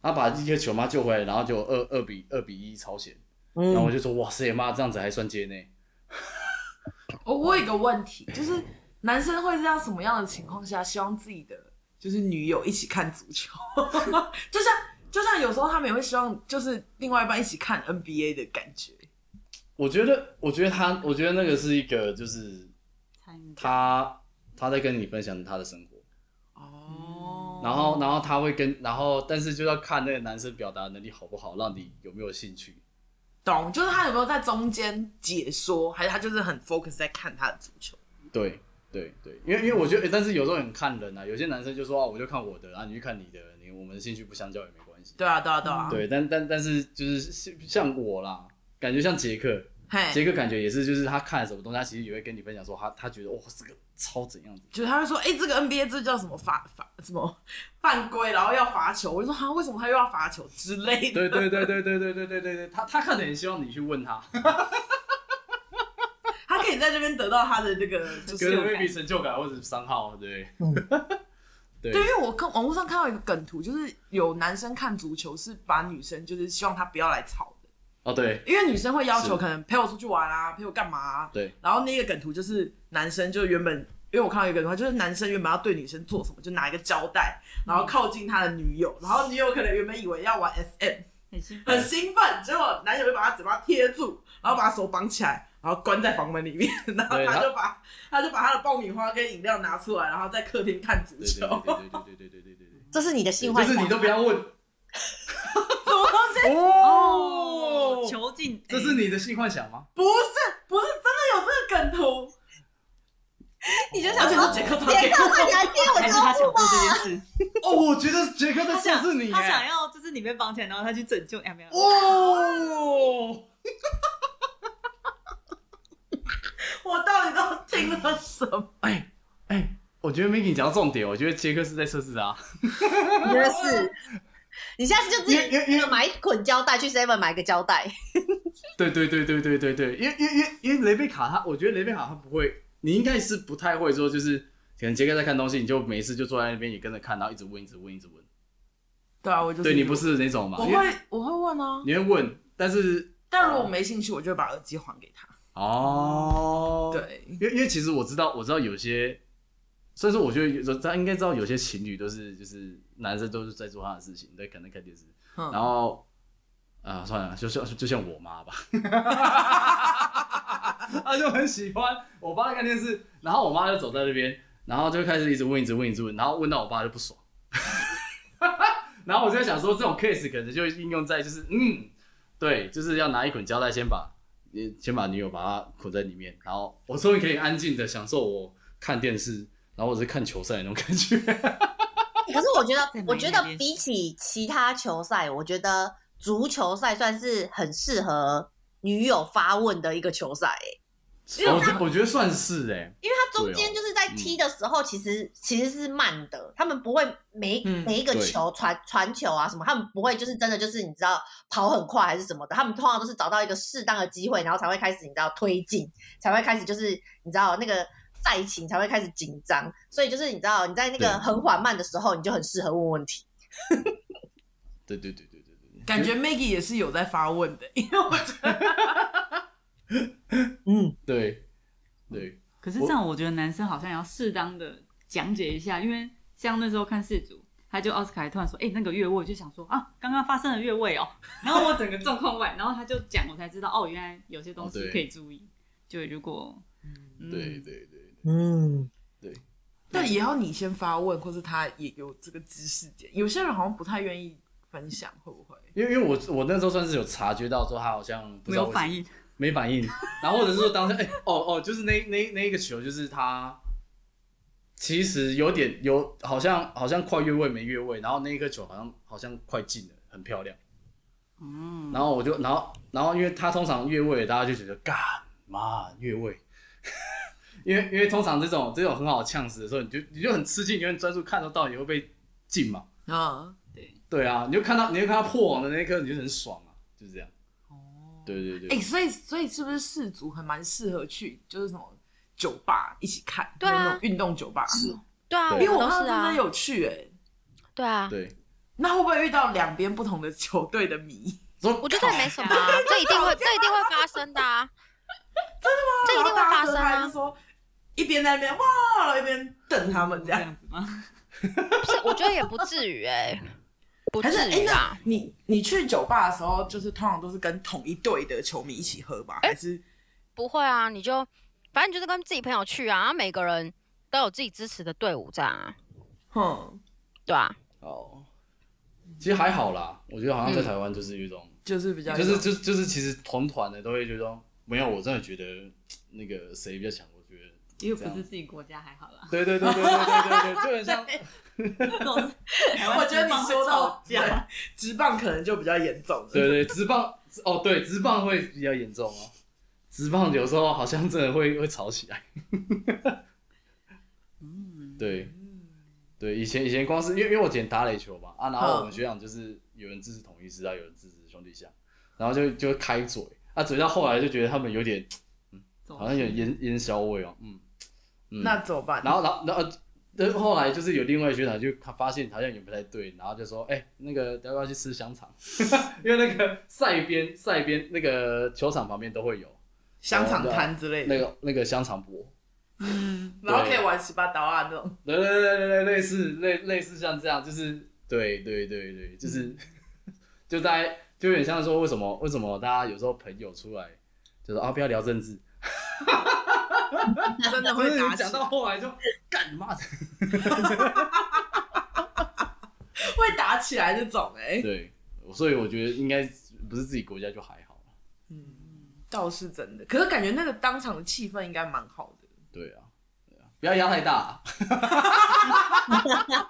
Speaker 4: 他把一个球妈救回来，然后就二二比二比一超前，然后我
Speaker 1: 嗯，
Speaker 4: 就说哇塞妈，这样子还算接内？
Speaker 3: 我哦我有一个问题，就是男生会在什么样的情况下希望自己的就是女友一起看足球？ 就像就像有时候他们也会希望就是另外一半一起看 NBA 的感觉。
Speaker 4: 我觉得，我觉得他，我觉得那个是一个就是
Speaker 5: 参与感
Speaker 4: 他他在跟你分享他的生活，
Speaker 3: 哦
Speaker 4: 然后然后他会跟，然后但是就要看那个男生表达能力好不好，让你有没有兴趣。
Speaker 3: 懂，就是他有没有在中间解说，还是他就是很 focus 在看他的足球？
Speaker 4: 对对对，因为因为我觉得、诶但是有时候很看人啊，有些男生就说啊，我就看我的啊，你去看你的，你我们兴趣不相交也没关系。
Speaker 3: 对啊，对啊，对啊。
Speaker 4: 嗯对，但但但是就是像像我啦，感觉像杰克，
Speaker 3: 嘿，
Speaker 4: 杰克感觉也是，就是他看了什么东西，他其实也会跟你分享说他他觉得哇这个超怎样子。
Speaker 3: 就是他会说，哎、这个 NBA 这叫什么罚罚什么 犯规，然后要罚球。我就说，哈、为什么他又要罚球之类的？
Speaker 4: 对对对对对对对对对对，他他看的很希望你去问他，
Speaker 3: 他可以在这边得到他的那个就
Speaker 4: 可
Speaker 3: 是
Speaker 4: 能
Speaker 3: 有
Speaker 4: 会
Speaker 3: 感
Speaker 4: 比成就感或者伤号，对
Speaker 1: 嗯。
Speaker 4: 对
Speaker 3: 对，因为我跟网络上看到一个梗图，就是有男生看足球是把女生就是希望她不要来吵的，
Speaker 4: 哦对
Speaker 3: 因为女生会要求
Speaker 4: 是
Speaker 3: 可能陪我出去玩啊，陪我干嘛、啊。
Speaker 4: 对，
Speaker 3: 然后那个梗图就是男生就原本，因为我看到一个梗图，就是男生原本要对女生做什么，就拿一个胶带，然
Speaker 4: 嗯
Speaker 3: 后靠近他的女友，然后女友可能原本以为要玩 SM，
Speaker 5: 很兴奋
Speaker 4: 嗯
Speaker 3: 很兴奋，结果男友就把他嘴巴贴住，然后把手绑起来，然后关在房门里面， 然后
Speaker 4: 对
Speaker 3: 他
Speaker 4: 他
Speaker 3: 就把他就把他的爆米花跟饮料拿出来，然后在客厅看足
Speaker 4: 对对
Speaker 3: 球。
Speaker 4: 对对对对对对对对
Speaker 1: 这是你的性
Speaker 4: 对，
Speaker 1: 幻
Speaker 4: 就是
Speaker 1: 想
Speaker 4: 你，都不要
Speaker 3: 什
Speaker 4: 问
Speaker 3: 么东西？
Speaker 5: 哦，囚禁，
Speaker 4: 这是你的性幻想吗？
Speaker 3: 不是，不是真的有这个梗图，
Speaker 1: 你就
Speaker 3: 而
Speaker 1: 想
Speaker 3: 且
Speaker 1: 说
Speaker 3: 是杰克传
Speaker 1: 杰
Speaker 3: 给
Speaker 1: 克
Speaker 3: 我。
Speaker 1: 快点来接我
Speaker 5: 还是他
Speaker 1: 招
Speaker 5: 想
Speaker 1: 呼吧
Speaker 5: 做。这件事？
Speaker 4: 哦，我觉得杰克在
Speaker 5: 他
Speaker 4: 测
Speaker 5: 想
Speaker 4: 试你耶，
Speaker 5: 他想要就是你被绑起来，然后他去拯救，哎没有？
Speaker 4: 哦，
Speaker 3: 我到底都听了什么？
Speaker 4: 哎哎，我觉得 Miki 讲到重点，我觉得杰克是在测试啊，
Speaker 1: 我觉得是。你下次就自己
Speaker 4: 因为因为因为
Speaker 1: 买一捆胶带去 Seven 买个胶带，
Speaker 4: 对对对对对对对，因为因为因为因为雷贝卡他，我觉得雷贝卡他不会，你应该是不太会说，就是可能杰克在看东西，你就没事就坐在那边也跟着看，然后一直问一直问一直问，
Speaker 3: 对啊，我就是
Speaker 4: 对你不，是那种嘛，
Speaker 3: 我
Speaker 4: 因为
Speaker 3: 会我会问啊，
Speaker 4: 你会问，但是
Speaker 3: 但如果我没兴趣，我就会把耳机还给他。
Speaker 4: 哦，，
Speaker 3: 对，
Speaker 4: 因为因为其实我知道，我知道有些，所以说我觉得有时候大家应该知道，有些情侣都是就是男生都是在做他的事情，对，可能看电视，
Speaker 3: 嗯
Speaker 4: 然后啊、算了，就像就像我妈吧， 她就很喜欢我爸在看电视，然后我妈就走在那边，然后就开始一直问，一直问，一直问，然后问到我爸就不爽， 然后我就在想说，这种 case 可能就应用在就是嗯，对，就是要拿一捆胶带先把。先把女友把她捆在里面，然后我终于可以安静的享受我看电视，然后我是看球赛的那种感觉。
Speaker 1: 可是我觉得
Speaker 5: 再买，一
Speaker 1: 我觉得
Speaker 5: 个
Speaker 1: 比
Speaker 5: 练习
Speaker 1: 起其他球赛，我觉得足球赛算是很适合女友发问的一个球赛、欸，
Speaker 3: 因为
Speaker 4: 我觉我觉得算是哎、
Speaker 1: 因为它中
Speaker 4: 对
Speaker 1: 间
Speaker 4: 哦
Speaker 1: 就是在踢的时候，其实、其实是慢的，他们不会每、
Speaker 3: 嗯
Speaker 1: 每一个球传传球啊什么，他们不会就是真的就是你知道跑很快还是什么的，他们通常都是找到一个适当的机会，然后才会开始你知道推进，才会开始就是你知道那个赛情才会开始紧张，所以就是你知道你在那
Speaker 4: 对
Speaker 1: 个很缓慢的时候，你就很适合问问题。
Speaker 4: 对对对对对对，
Speaker 3: 感觉 Maggie 也是有在发问 的，因为我觉得
Speaker 1: 嗯，
Speaker 4: 对对
Speaker 5: 可是这样，我觉得男生好像也要适当的讲解一下，因为像那时候看世足，他就奥斯卡还突然说：“哎、那个越位。”我就想说啊，刚刚发生了越位哦。然后我整个状况外，然后他就讲，我才知道哦，原来有些东
Speaker 4: 哦
Speaker 5: 西
Speaker 4: 对
Speaker 5: 可以注意。就如果、嗯、
Speaker 4: 对对对对，
Speaker 1: 嗯，
Speaker 3: 但也要你先发问，或是他也有这个知识点。有些人好像不太愿意分享，会不会？
Speaker 4: 因为因为我我那时候算是有察觉到说他好像不知
Speaker 5: 没
Speaker 4: 道
Speaker 5: 有
Speaker 4: 为什么
Speaker 5: 反应，
Speaker 4: 没反应，然后或者是说当下哎、哦哦，就是那那那一个球就是他。其实有点有，好像好像快越位没越位，然后那一颗球好像好像快进了，很漂亮。
Speaker 5: 嗯，
Speaker 4: 然后我就，然后，然后，因为他通常越位，大家就觉得干嘛越位？ 因为因为通常这种这种很好呛死的时候，你就你就很吃惊，你就很专注看到到底会不会进嘛？
Speaker 3: 啊，
Speaker 4: 对啊，你就看到你就看到破网的那一刻，你就很爽啊，就是这样。哦，对对
Speaker 3: 哎、
Speaker 4: 对，
Speaker 3: 所以所以是不是世足还蛮适合去，就是什么酒吧一起看，
Speaker 2: 对啊
Speaker 3: 那种运动酒吧，
Speaker 2: 对啊，
Speaker 4: 对
Speaker 3: 因为
Speaker 2: 我们
Speaker 3: 我看
Speaker 2: 都
Speaker 3: 到
Speaker 2: 是
Speaker 3: 真
Speaker 2: 啊
Speaker 3: 的，有趣哎、
Speaker 2: 对啊，
Speaker 4: 对，
Speaker 3: 那会不会遇到两边不同的球队的迷？
Speaker 2: 我觉得也没什么、啊，这一定会，这一定会发生的啊， 真的吗？这一定会
Speaker 3: 然
Speaker 2: 发
Speaker 3: 后大家
Speaker 2: 生
Speaker 3: 合拍就
Speaker 2: 啊，
Speaker 3: 说一边在那边哇，然后一边瞪他们这
Speaker 5: 这
Speaker 2: 啊
Speaker 3: 样。
Speaker 5: 样子吗？
Speaker 2: 不是，我觉得也不至于哎、不
Speaker 3: 还是
Speaker 2: 至
Speaker 3: 哎、
Speaker 2: 于啊
Speaker 3: 那。你你去酒吧的时候，就是通常都是跟同一队的球迷一起喝
Speaker 2: 哎
Speaker 3: 吧？还是
Speaker 2: 不会啊，你就反正你就是跟自己朋友去啊，然后每个人都有自己支持的队伍这样啊，
Speaker 3: 哼，
Speaker 2: 对啊，
Speaker 4: 哦，其实还好啦，我觉得好像在台湾就是有一种，
Speaker 3: 就是比较
Speaker 4: 就是就是就是其实同团的都会觉得说没有，我真的觉得那个谁比较强，我觉得。。
Speaker 5: 因为不是自己国家还好啦
Speaker 4: 对对对对对对对对，就很像
Speaker 3: 我觉得你说到
Speaker 5: 这样，
Speaker 3: 对直棒可能就比较严重。
Speaker 4: 对对，直棒哦，对，直棒会比较严重哦。直棒有时候好像真的会会吵起来。
Speaker 5: 嗯，
Speaker 4: 对对，以前以前光是因为因为我以前打垒球嘛啊，然后我们
Speaker 3: 嗯
Speaker 4: 学长就是有人支持统一师啊，有人支持兄弟象，然后就就会开嘴啊，嘴到后来就觉得他们有点
Speaker 5: 走
Speaker 4: 好像有烟烟硝味哦，嗯嗯。
Speaker 3: 那怎么办？
Speaker 4: 然后然后然后呃后来就是有另外一个学长就他发现好像也不太对，然后就说哎、那个要不要去吃香肠？ 因为那个赛边赛边那个球场旁边都会有。
Speaker 3: 香肠摊之类
Speaker 4: 那
Speaker 3: 的，
Speaker 4: 个那个香肠博，
Speaker 5: 嗯，
Speaker 3: 然后可以玩十八刀啊那 种。
Speaker 4: 对对对对对，类似类类似像这样，就是对对对对，就是、就大家就有点像说为什么为什么大家有时候朋友出来就说啊不要聊政治，
Speaker 3: 真的
Speaker 4: 就
Speaker 3: 会
Speaker 4: 是
Speaker 3: 打
Speaker 4: 你
Speaker 3: 起
Speaker 4: 讲到后来就干你妈的，
Speaker 3: 会打起来这种哎、
Speaker 4: 对，所以我觉得应该不是自己国家就还好，
Speaker 3: 倒是真的。可是感觉那个当场的气氛应该蛮好的。
Speaker 4: 对啊，对啊， 不要压太大、对啊，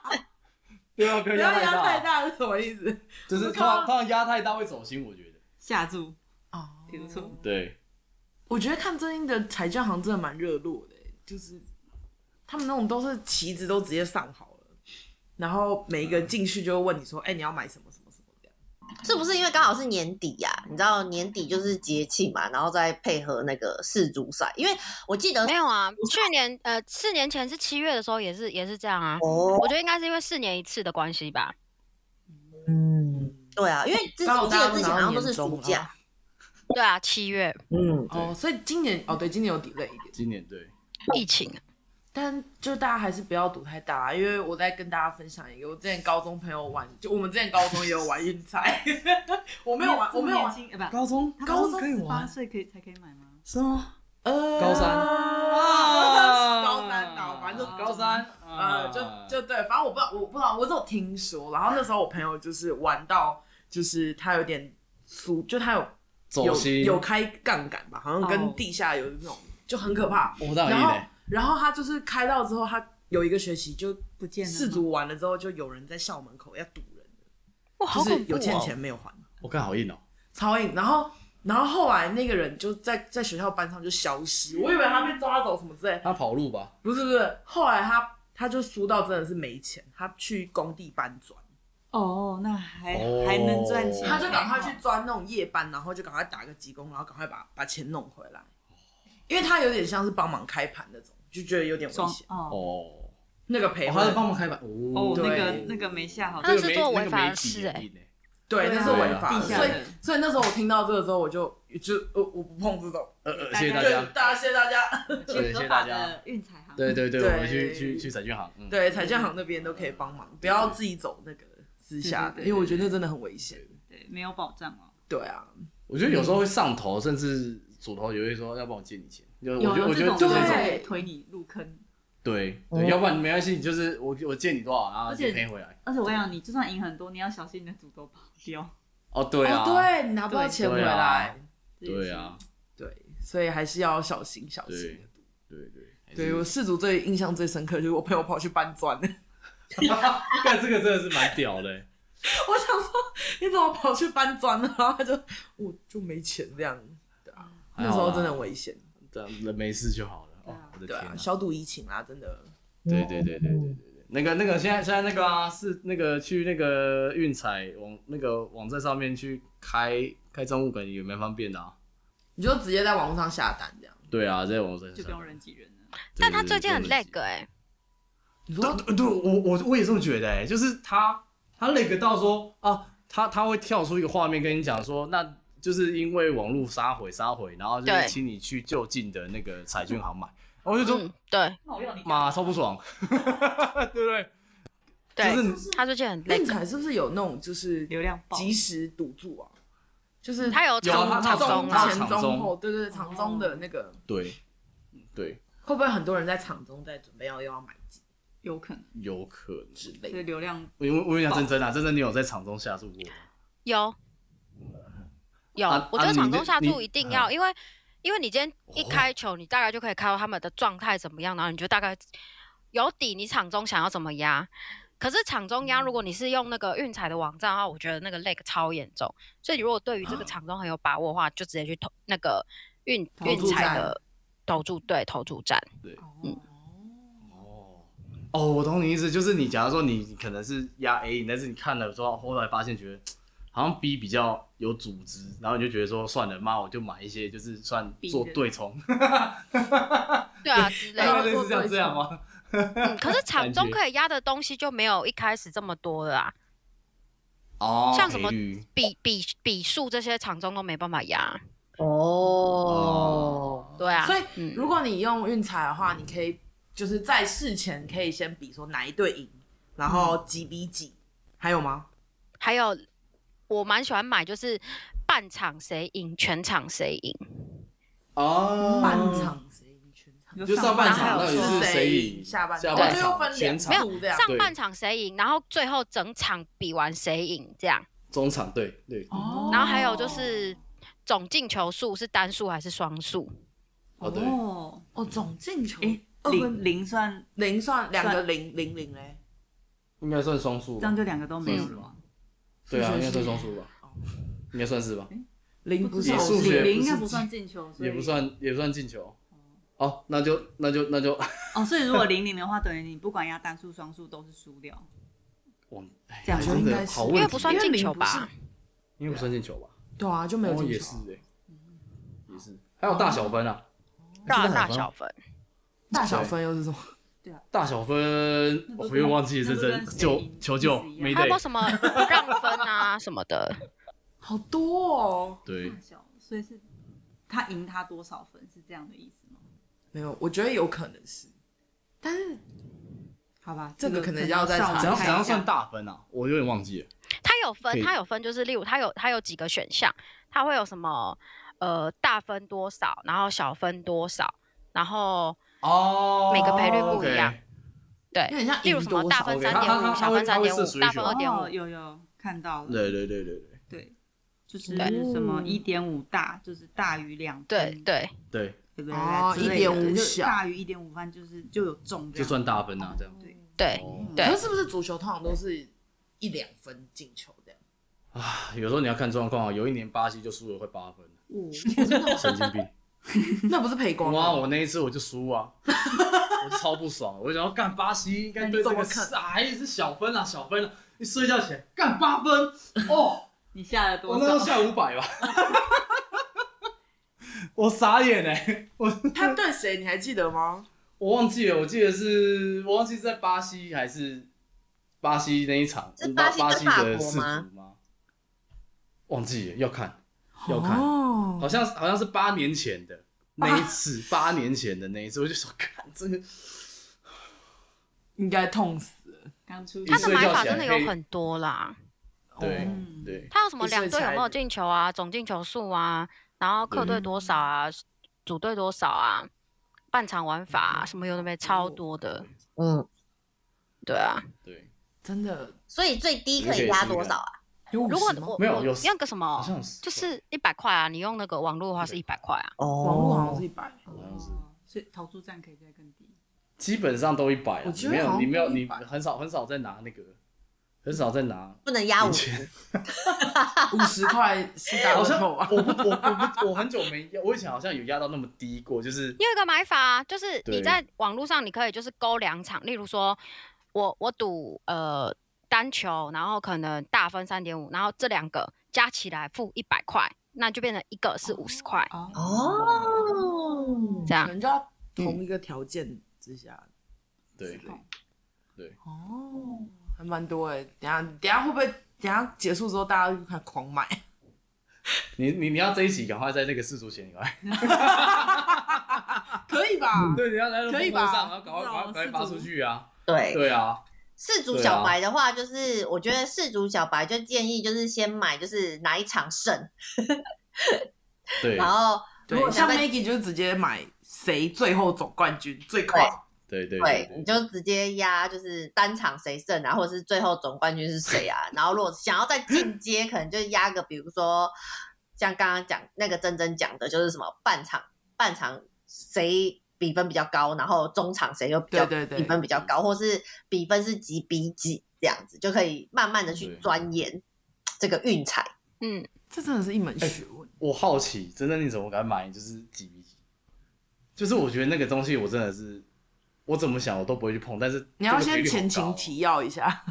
Speaker 4: 不要
Speaker 3: 不
Speaker 4: 压
Speaker 3: 要
Speaker 4: 太
Speaker 3: 压
Speaker 4: 大，
Speaker 3: 太大是什么意思？
Speaker 4: 就是通常通常压太大会走心，我觉得，
Speaker 5: 下注
Speaker 3: 哦，
Speaker 5: 挺不错。
Speaker 4: 对，
Speaker 3: 我觉得看最近的彩券行真的蛮热络的欸、就是他们那种都是旗子都直接上好了，然后每一个进去就会问你说：“哎、你要买什么什么什么这样。
Speaker 1: 是不是因为刚好是年底呀、你知道年底就是节气嘛，然后再配合那个世足赛，因为我记得
Speaker 2: 没有啊，去年呃四年前是七月的时候也是也是这样啊，
Speaker 1: 哦，
Speaker 2: 我觉得应该是因为四年一次的关系吧，
Speaker 1: 嗯，对啊，因为之前
Speaker 3: 刚好
Speaker 1: 我记
Speaker 3: 大家
Speaker 1: 得
Speaker 3: 都
Speaker 1: 之前好
Speaker 3: 拿到
Speaker 1: 像都
Speaker 3: 年
Speaker 1: 是暑
Speaker 3: 终
Speaker 1: 假，
Speaker 3: 了。
Speaker 2: 对啊，七月
Speaker 1: 嗯，
Speaker 4: 对
Speaker 3: 啊哦，所以今年哦，对，今年有 delay 一点，
Speaker 4: 今年对，
Speaker 2: 疫情啊，
Speaker 3: 但就大家还是不要赌太大啊，因为我在跟大家分享一个，我之前高中朋友玩，就我们之前高中也有玩运彩， 我没有玩，我没有玩，
Speaker 5: 轻，呃不，
Speaker 4: 高中
Speaker 5: 他
Speaker 3: 高中
Speaker 5: 高中十八
Speaker 1: 啊
Speaker 4: 玩
Speaker 5: 岁可以才可以买吗？
Speaker 4: 是吗？
Speaker 3: 呃，
Speaker 4: 高三
Speaker 3: 啊高三啊，反正就是
Speaker 4: 高三，啊
Speaker 3: 呃，就就对，反正我不知道，我不知道，我只有听说。然后那时候我朋友就是玩到，就是他有点俗，就他有
Speaker 4: 走
Speaker 3: 有
Speaker 4: 心，
Speaker 3: 有开杠杆吧，好像
Speaker 5: 哦
Speaker 3: 跟地下有那种，就很可怕。
Speaker 4: 我
Speaker 3: 然
Speaker 4: 当然
Speaker 3: 后
Speaker 4: 嘞，
Speaker 3: 然后他就是开到之后，他有一个学期就
Speaker 5: 不见了吗
Speaker 3: 四足完了之后，就有人在校门口要堵人，
Speaker 2: 哇，好
Speaker 3: 就是
Speaker 2: 恐怖
Speaker 3: 有欠
Speaker 2: 哦，
Speaker 3: 钱没有还，
Speaker 4: 我看好硬哦，
Speaker 3: 超硬。然后然后后来那个人就在在学校班上就消失，我以为他被抓走什么之类的，
Speaker 4: 他跑路吧，
Speaker 3: 不是不是，后来他他就输到真的是没钱，他去工地搬砖，
Speaker 5: 哦，那还
Speaker 4: 哦
Speaker 5: 还能赚钱，
Speaker 3: 他就赶快去钻那种夜班，然后就赶快打个急工，然后赶快把把钱弄回来，因为他有点像是帮忙开盘那种，就觉得有点危
Speaker 5: 装
Speaker 3: 险。
Speaker 5: 哦。
Speaker 4: 哦，
Speaker 3: 那个赔
Speaker 4: 他在
Speaker 3: 会，
Speaker 4: 帮忙开板，
Speaker 5: 哦
Speaker 4: 哦，
Speaker 5: 那个
Speaker 3: 对
Speaker 5: 那个没下好，
Speaker 2: 他那是做违法的事哎
Speaker 4: 哎，
Speaker 3: 对，
Speaker 5: 对
Speaker 3: 那
Speaker 5: 啊
Speaker 3: 是违法的，
Speaker 5: 地下
Speaker 3: 所以
Speaker 5: 的
Speaker 3: 所以那时候我听到这个时候，我就就我我不碰这种，
Speaker 4: 呃呃，谢谢大
Speaker 3: 对
Speaker 4: 家，，
Speaker 3: 大家谢谢大家，
Speaker 4: 对，谢谢大家，。
Speaker 5: 运彩行，
Speaker 4: 对对对，我们去
Speaker 3: 对
Speaker 4: 去去彩券行，嗯，
Speaker 3: 对，彩券行那边都可以帮忙，不要自己走那个私下的，
Speaker 5: 对对对对
Speaker 3: 因为我觉得那真的很危险。
Speaker 5: 对，没有保障哦。
Speaker 3: 对啊，
Speaker 4: 我觉得有时候会上头，甚至主头也会说要帮我借你钱，就我觉得我觉得
Speaker 5: 啊这
Speaker 4: 就
Speaker 5: 种
Speaker 4: 是
Speaker 3: 对
Speaker 4: 一种
Speaker 5: 会推你入坑，
Speaker 4: 对
Speaker 1: 哦
Speaker 4: 对，要不然没关系，你就是我我借你多少，然后
Speaker 5: 而
Speaker 4: 你
Speaker 5: 且
Speaker 4: 赔回来，
Speaker 5: 而且我跟你讲，你就算赢很多，你要小心你的主都跑掉。
Speaker 4: 哦，对啊，
Speaker 3: 哦，对你拿不到
Speaker 5: 对
Speaker 3: 钱回
Speaker 4: 对啊
Speaker 3: 来，
Speaker 5: 这也
Speaker 4: 对
Speaker 5: 是
Speaker 4: 啊，，
Speaker 3: 对，所以还是要小心小心。
Speaker 4: 对对
Speaker 3: 对我四组最印象最深刻就是我朋友跑去搬砖，我
Speaker 4: 干这个真的是蛮屌的欸，
Speaker 3: 想说 你怎么跑去搬砖呢？ 然后他就我就没钱这样，对啊，那时
Speaker 4: 还好啦
Speaker 3: 候真的很危险，
Speaker 4: 这样人啊没事就好了。
Speaker 5: 对
Speaker 4: 哦
Speaker 5: 啊，
Speaker 4: 我的
Speaker 3: 对
Speaker 4: 天
Speaker 3: 啊
Speaker 4: 啊，！
Speaker 3: 小赌怡情啊，真的。
Speaker 4: 对对对对对对对，那个那个现在现在那个啊，是那个去那个运彩网那个网站上面去开开账户，感觉也蛮方便的啊。
Speaker 3: 你就直接在网络上下单这样，
Speaker 4: 对啊，在网络上
Speaker 5: 就不用人挤人了。
Speaker 2: 但他最近很 lag 哎、啊
Speaker 4: 对对对，我我我也这么觉得、欸，就是他他那个到说啊，他他会跳出一个画面跟你讲说，那就是因为网络杀回杀回，然后就
Speaker 2: 对
Speaker 4: 是请你去就近的那个彩券行买，然后我就说
Speaker 2: 嗯，对
Speaker 5: 那我要你
Speaker 4: 妈、超不爽， 对不对？
Speaker 2: 对，
Speaker 3: 就是
Speaker 2: 他最近很
Speaker 3: 论
Speaker 2: lag，
Speaker 3: 坛是不是有那种就是
Speaker 5: 流量爆
Speaker 3: 及时赌注啊？就是
Speaker 2: 他有
Speaker 4: 有啊
Speaker 2: 长
Speaker 4: 他
Speaker 2: 长
Speaker 4: 有
Speaker 2: 中
Speaker 4: 中
Speaker 2: 啦
Speaker 4: 他，
Speaker 3: 前
Speaker 4: 场
Speaker 3: 中
Speaker 4: 中
Speaker 3: 后，对对对，场中的那个
Speaker 4: 对对，
Speaker 3: 会不会很多人在场中在准备要又要买进
Speaker 5: 有可能，
Speaker 4: 有可能。
Speaker 3: 之类
Speaker 5: 所
Speaker 3: 的？
Speaker 5: 以流量
Speaker 4: 我我我跟你讲，真真啊，真真，你有在场中下注过吗？
Speaker 2: 有有
Speaker 4: 啊，
Speaker 2: 我觉得
Speaker 4: 啊
Speaker 2: 场
Speaker 4: 你
Speaker 2: 中
Speaker 4: 这
Speaker 2: 下
Speaker 4: 你啊
Speaker 2: 注一定要，因为因为你今天一
Speaker 4: 哦
Speaker 2: 开球，你大概就可以看到他们的状态怎么样，然后你就大概有底，你场中想要怎么压。可是场中压，如
Speaker 4: 嗯
Speaker 2: 果你是用那个运彩的网站的话，我觉得那个 lag 超严重。所以你如果对于这
Speaker 4: 啊
Speaker 2: 个场中很有把握的话，就直接去投那个运
Speaker 5: 投
Speaker 2: 运
Speaker 3: 注
Speaker 2: 彩
Speaker 3: 站
Speaker 2: 的投注对投注站。
Speaker 5: 哦，
Speaker 4: 哦哦，我懂你意思，就是你假如说你可能是压 A，但是你看了之后，后来发现觉得好像 B 比较有组织，然后你就觉得说算了，妈我就买一些就是算
Speaker 5: B
Speaker 4: 做
Speaker 5: 的
Speaker 4: 对冲，
Speaker 2: 对啊，之类
Speaker 4: 大概
Speaker 2: 的。
Speaker 4: 类似像这样吗？
Speaker 2: 嗯，可是场
Speaker 4: 感
Speaker 2: 中
Speaker 4: 觉
Speaker 2: 可以压的东西就没有一开始这么多了啊。
Speaker 4: 哦，
Speaker 2: 像什么
Speaker 4: 赔率
Speaker 2: 比比比数这些场中都没办法压。
Speaker 1: 哦，
Speaker 2: 对啊，
Speaker 3: 所
Speaker 2: 嗯
Speaker 3: 以如果你用运彩的话，你可以就是在事前可以先比说哪一队赢，然后几比几，还有吗？
Speaker 2: 还有我蛮喜欢买，就是半场谁赢，全场谁赢。
Speaker 4: 哦，
Speaker 3: 半场谁赢全场？
Speaker 4: 就上半场
Speaker 5: 然
Speaker 4: 到
Speaker 5: 后
Speaker 4: 底
Speaker 5: 有
Speaker 4: 是
Speaker 5: 说
Speaker 4: 谁
Speaker 3: 赢
Speaker 4: 赢，
Speaker 3: 下半
Speaker 4: 下
Speaker 3: 场，
Speaker 4: 半
Speaker 3: 就又分两
Speaker 4: 全场
Speaker 3: 组这样。
Speaker 2: 上半场谁赢，然后最后整场比完谁赢这样。
Speaker 4: 中场对对
Speaker 5: 哦
Speaker 2: 然后还有就是
Speaker 3: 哦
Speaker 2: 总进球数是单数还是双数？
Speaker 4: 哦对
Speaker 5: 哦，
Speaker 3: 哦，总进球
Speaker 5: 哎，
Speaker 3: 二分
Speaker 5: 零零算
Speaker 3: 零算两个
Speaker 5: 算
Speaker 3: 零零零嘞，
Speaker 4: 应该算双数
Speaker 5: 这
Speaker 4: 吧
Speaker 5: 样，就两个都没有
Speaker 4: 嗯
Speaker 5: 了哦嘛。
Speaker 4: 对啊，
Speaker 3: 是是
Speaker 4: 应该
Speaker 3: 是哦
Speaker 4: 算双数吧，应该算是吧，
Speaker 3: 零不是
Speaker 4: 也
Speaker 3: 偶
Speaker 4: 数
Speaker 3: 数
Speaker 4: 学
Speaker 5: 零应该
Speaker 4: 不
Speaker 5: 不
Speaker 4: 是
Speaker 5: 算进球，所以
Speaker 4: 也不算也不算进球。哦，那就那就那就，
Speaker 5: 哦。所以如果零零的话，等于你不管压单数双数都是输掉。
Speaker 4: 哇，哎
Speaker 5: 这样
Speaker 4: 真
Speaker 3: 应
Speaker 4: 的
Speaker 3: 该是
Speaker 4: 好
Speaker 3: 因
Speaker 4: 问
Speaker 2: 因
Speaker 4: 题，
Speaker 2: 为不算进球
Speaker 3: 因为
Speaker 2: 吧
Speaker 3: 零？
Speaker 4: 因为不算进球吧？
Speaker 3: 对啊，就没有
Speaker 4: 哦，
Speaker 3: 进球。
Speaker 4: 也是哎，也是，还有大小分啊，
Speaker 2: 大
Speaker 4: 真的
Speaker 2: 大
Speaker 4: 很
Speaker 2: 小分，
Speaker 3: 大小分又是什么？
Speaker 4: 大小分
Speaker 5: 那，都
Speaker 4: 我
Speaker 5: 是
Speaker 4: 又忘记了
Speaker 5: 那
Speaker 4: 这
Speaker 5: 都
Speaker 4: 真
Speaker 5: 跟谁
Speaker 4: 救
Speaker 5: 赢
Speaker 4: 求
Speaker 5: 意思
Speaker 4: 救
Speaker 5: 一样
Speaker 4: 没
Speaker 2: 还有
Speaker 4: 得
Speaker 2: 没有什么让分啊什么的？
Speaker 3: 好多哦。
Speaker 4: 对
Speaker 5: 大小，所以是他赢他多少分是这样的意思吗？
Speaker 3: 没有，我觉得有可能是，但是
Speaker 5: 好吧，
Speaker 3: 这个可能要再
Speaker 5: 上网
Speaker 3: 查
Speaker 4: 怎样
Speaker 5: 看
Speaker 4: 怎
Speaker 5: 一下
Speaker 4: 样算大分啊？我有点忘记了。
Speaker 2: 它有分
Speaker 4: 对，
Speaker 2: 它有分，就是例如它有它有几个选项，它会有什么呃大分多少，然后小分多少，然后
Speaker 4: 哦
Speaker 2: 每个赔率不一样
Speaker 4: OK
Speaker 2: 对
Speaker 3: 有，点像
Speaker 2: 例如
Speaker 3: 赢
Speaker 2: 什么
Speaker 3: 多
Speaker 2: 大
Speaker 3: 少
Speaker 2: 分
Speaker 4: ，OK，
Speaker 2: 三
Speaker 4: 它
Speaker 2: 点
Speaker 4: 它
Speaker 2: 五，
Speaker 4: 它
Speaker 2: 小
Speaker 4: 会
Speaker 2: 分
Speaker 4: 它
Speaker 2: 三
Speaker 4: 会
Speaker 2: 点
Speaker 4: 设
Speaker 2: 五，
Speaker 4: 水
Speaker 2: 大分
Speaker 4: 准
Speaker 2: 二点
Speaker 5: 哦，
Speaker 2: 五，
Speaker 5: 有有看到了，
Speaker 4: 对对对对对
Speaker 5: 对，就是
Speaker 2: 对
Speaker 5: 什么
Speaker 3: 嗯
Speaker 5: 一点五大，就是大于两分
Speaker 2: 对对，
Speaker 4: 对，
Speaker 5: 对不对？
Speaker 3: 哦
Speaker 5: 之类的
Speaker 3: 1.5
Speaker 5: 就是
Speaker 3: 小
Speaker 5: 大于一点五分就是就有中这
Speaker 4: 就
Speaker 5: 样，
Speaker 4: 算大分啊，这样。
Speaker 5: 对，
Speaker 2: 对
Speaker 4: 哦
Speaker 2: 对
Speaker 3: 可是是不是足球通常都是一两分进球的？
Speaker 4: 啊，有时候你要看状况啊。有一年巴西就输了快八分，
Speaker 3: 哦，
Speaker 4: 神经病。
Speaker 3: 那不是赔光
Speaker 4: 哇，哦
Speaker 3: 吗？
Speaker 4: 我那一次我就输啊，我就超不爽，我就想要干巴西，应该对这
Speaker 3: 那
Speaker 4: 个
Speaker 3: 你怎么
Speaker 4: 傻还是小分啊，小分啊。一睡觉起来干八分，哦，
Speaker 5: 你下了
Speaker 4: 我
Speaker 5: 多
Speaker 4: 那时候
Speaker 5: 少？
Speaker 4: 下五百吧。 我傻眼哎、我
Speaker 3: 他对谁你还记得吗？
Speaker 4: 我忘记了，我记得是我忘记是在巴西还是巴西那一场，
Speaker 1: 是
Speaker 4: 巴
Speaker 1: 巴西对
Speaker 4: 西
Speaker 1: 法
Speaker 4: 的
Speaker 1: 国
Speaker 4: 世足
Speaker 1: 吗
Speaker 4: 吗？忘记了，要看，要看。
Speaker 3: 哦，
Speaker 4: 好像好像是八年前的那一次，
Speaker 3: 啊
Speaker 4: 八年前的那一次，我就说，看这个
Speaker 3: 应该痛死了。
Speaker 5: 刚出
Speaker 2: 它
Speaker 4: 一
Speaker 2: 的
Speaker 4: 睡
Speaker 2: 买
Speaker 4: 觉
Speaker 2: 法
Speaker 4: 起
Speaker 2: 真的
Speaker 4: 来
Speaker 2: 有
Speaker 4: 可以
Speaker 2: 很多啦，
Speaker 4: 对
Speaker 3: 哦
Speaker 5: 嗯
Speaker 4: 对
Speaker 2: 它有什么
Speaker 3: 一岁
Speaker 2: 两队有没
Speaker 3: 才
Speaker 2: 有进球啊，总进球数啊，然后客队多少啊，组队多少啊，半场玩法啊，什么有的没超多的，
Speaker 1: 嗯，
Speaker 2: 对啊。
Speaker 4: 对，
Speaker 3: 真的
Speaker 1: 所以最低可以压多少啊？
Speaker 3: 有五
Speaker 2: 如果
Speaker 3: 十吗
Speaker 2: 我？
Speaker 4: 没有
Speaker 2: 我
Speaker 4: 有
Speaker 2: 用个什么
Speaker 3: 啊
Speaker 4: 好像是
Speaker 2: 就是一百块啊，你用那个网络的话是一百块啊。
Speaker 3: 网络好像是一百，
Speaker 4: 好像是
Speaker 5: 哦，所以投注站可以再更低。
Speaker 4: 基本上都一百啊
Speaker 3: 我，
Speaker 4: 你
Speaker 3: 觉得
Speaker 4: 没有
Speaker 3: 好像
Speaker 4: 你没有
Speaker 3: 都
Speaker 4: 你
Speaker 3: 一百
Speaker 4: 很少很少在拿那个，很少在拿。
Speaker 1: 不能压五
Speaker 4: 以
Speaker 1: 十
Speaker 4: 前
Speaker 3: 五十块是大
Speaker 4: 好
Speaker 3: 乐
Speaker 4: 像
Speaker 3: 透啊。
Speaker 4: 我不我我不我很久没压，我以前好像有压到那么低过，就是
Speaker 2: 你有一个买法、啊，就是
Speaker 4: 对
Speaker 2: 你在网络上你可以就是勾两场，例如说我我赌呃单球，然后可能大分三点五，然后这两个加起来付一百块，那就变成一个是五十块
Speaker 5: 哦，
Speaker 1: 啊哦，
Speaker 2: 这
Speaker 3: 可
Speaker 2: 样。
Speaker 3: 能就要同一个条件之下。
Speaker 4: 对，
Speaker 3: 哦，还蛮多哎。等一下等一下会不会等一下结束之后大家就开始狂买？
Speaker 4: 你你你要这一集赶快在那个世俗前以外，
Speaker 3: 可以吧？
Speaker 4: 对，你要在那个
Speaker 3: 可以
Speaker 4: 公布
Speaker 3: 吧
Speaker 4: 上，然后赶快赶快赶快发出去啊！
Speaker 1: 对。
Speaker 4: 对啊，
Speaker 1: 四足小白的话，就是我觉得四足小白就建议就是先买，就是哪一场胜，
Speaker 4: 对
Speaker 1: 然后
Speaker 3: 对
Speaker 1: 如，果
Speaker 3: 像
Speaker 1: 想再
Speaker 3: Maggie 就是直接买谁最后总冠军最快。
Speaker 4: 对对
Speaker 1: 对，你就直接压就是单场谁胜啊，或者是最后总冠军是谁啊。 然后如果想要再进阶，可能就压个，比如说像刚刚讲那个珍珍讲的，就是什么半场半场谁比分比较高，然后中场谁又比较
Speaker 3: 对对对
Speaker 1: 比分比较高，或是比分是几比几这样子，就可以慢慢的去
Speaker 4: 对
Speaker 1: 钻研这个运彩。
Speaker 2: 嗯，
Speaker 3: 这真的是一门学问。
Speaker 4: 我好奇，真的你怎么敢买？就是几比几？就是我觉得那个东西，我真的是我怎么想我都不会去碰。但是
Speaker 3: 你要
Speaker 4: 这个
Speaker 3: 先
Speaker 4: 比率好
Speaker 3: 前情
Speaker 4: 高
Speaker 3: 提要一下，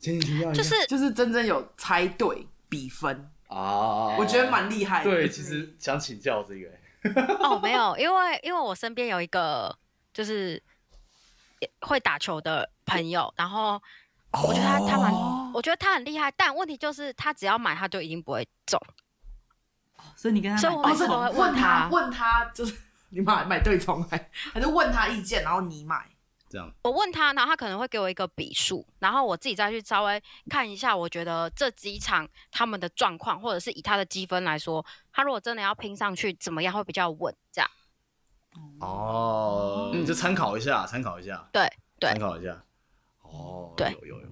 Speaker 4: 前情提要一
Speaker 2: 就
Speaker 4: 下，
Speaker 2: 是
Speaker 3: 就是真正有猜对比分，
Speaker 4: 啊，
Speaker 3: 我觉得蛮厉害的。
Speaker 4: 对。其实想请教这个、欸，
Speaker 2: 哦，没有，因为因为我身边有一个就是也会打球的朋友，然后我觉得他、他蛮，我觉得他很厉害，但问题就是他只要买他就一定不会中，
Speaker 5: 所以你跟他
Speaker 2: 所以
Speaker 5: 买
Speaker 2: 我
Speaker 5: 对
Speaker 2: 每次都
Speaker 5: 冲
Speaker 2: 会
Speaker 3: 哦问
Speaker 2: 他，
Speaker 3: 问他就是你买买对冲还还是问他意见，然后你买。
Speaker 4: 这样
Speaker 2: 我问他，然后他可能会给我一个笔数，然后我自己再去稍微看一下，我觉得这几场他们的状况，或者是以他的积分来说，他如果真的要拼上去，怎么样会比较稳？这样
Speaker 4: 哦，就参考一下，参考一下，
Speaker 2: 对对
Speaker 4: 参考一下。哦，
Speaker 2: 对
Speaker 4: 有有有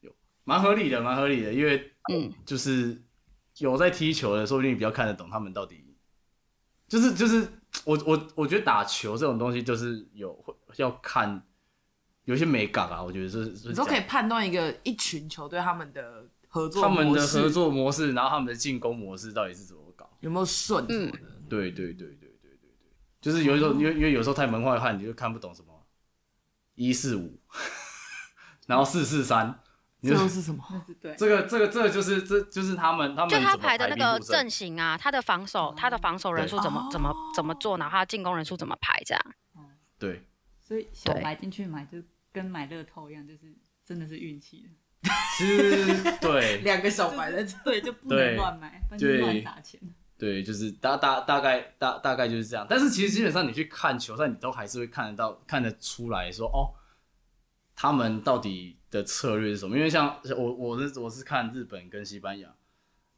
Speaker 4: 有，蛮合理的，蛮合理的，因为
Speaker 2: 嗯，
Speaker 4: 就是有在踢球的，说不定你比较看得懂他们到底，就是就是我我我觉得打球这种东西就是有会要看有一些美感啊，我觉得是是
Speaker 3: 你都
Speaker 4: 这
Speaker 3: 可以
Speaker 4: 样
Speaker 3: 判断一个一群球队他们的合作
Speaker 4: 他们的
Speaker 3: 模式
Speaker 4: 合作模式，然后他们的进攻模式到底是怎么搞？
Speaker 3: 有没有顺什么的。
Speaker 4: 对对对对对对对，就是有时候因为因为有时候太门外汉，你就看不懂什么一四五，然后四四三，你
Speaker 3: 这
Speaker 4: 就
Speaker 3: 又是什么？
Speaker 5: 那是对，
Speaker 4: 这个这个这个就是这就是他们他们
Speaker 2: 就他
Speaker 4: 怎么
Speaker 2: 排的那
Speaker 4: 兵布
Speaker 2: 个
Speaker 4: 阵
Speaker 2: 阵型啊，他的防守，他的防守人数怎么
Speaker 3: 对
Speaker 2: 怎么怎么做，然后他进攻人数怎么排，这样
Speaker 4: 对
Speaker 5: 所以小
Speaker 2: 对
Speaker 5: 白进去买就跟买乐透一样，就是真的是运气的。
Speaker 4: 是，对
Speaker 3: 两个小白在这，
Speaker 5: 对，就不
Speaker 4: 对
Speaker 5: 能乱买，不然
Speaker 4: 对
Speaker 5: 就乱撒钱。
Speaker 4: 对，就是大大大概大大概就是这样。但是其实基本上你去看球赛，你都还是会看得到看得出来说哦，他们到底的策略是什么？因为像我我是我是看日本跟西班牙，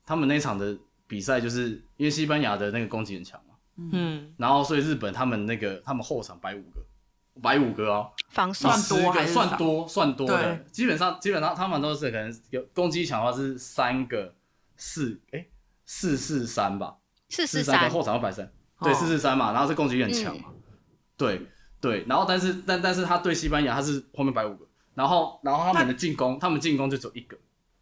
Speaker 4: 他们那场的比赛，就是因为西班牙的那个攻击很强嘛，
Speaker 3: 嗯，
Speaker 4: 然后所以日本他们那个他们后场摆五个，摆五个哦，
Speaker 2: 防守
Speaker 3: 算多
Speaker 4: 10个
Speaker 3: 还是少
Speaker 4: 算多算多的
Speaker 3: 对？
Speaker 4: 基本上基本上他们都是可能有攻击强的话是三个四哎四四三吧。
Speaker 2: 四
Speaker 4: 四
Speaker 2: 四
Speaker 4: 三
Speaker 2: 三
Speaker 4: 后场要摆三，对，
Speaker 3: 哦
Speaker 4: 四四三嘛，然后这攻击力很强嘛，对对，然后但是但但是他对西班牙他是后面摆五个，然后然后他们的进攻，他们进攻就只有一个，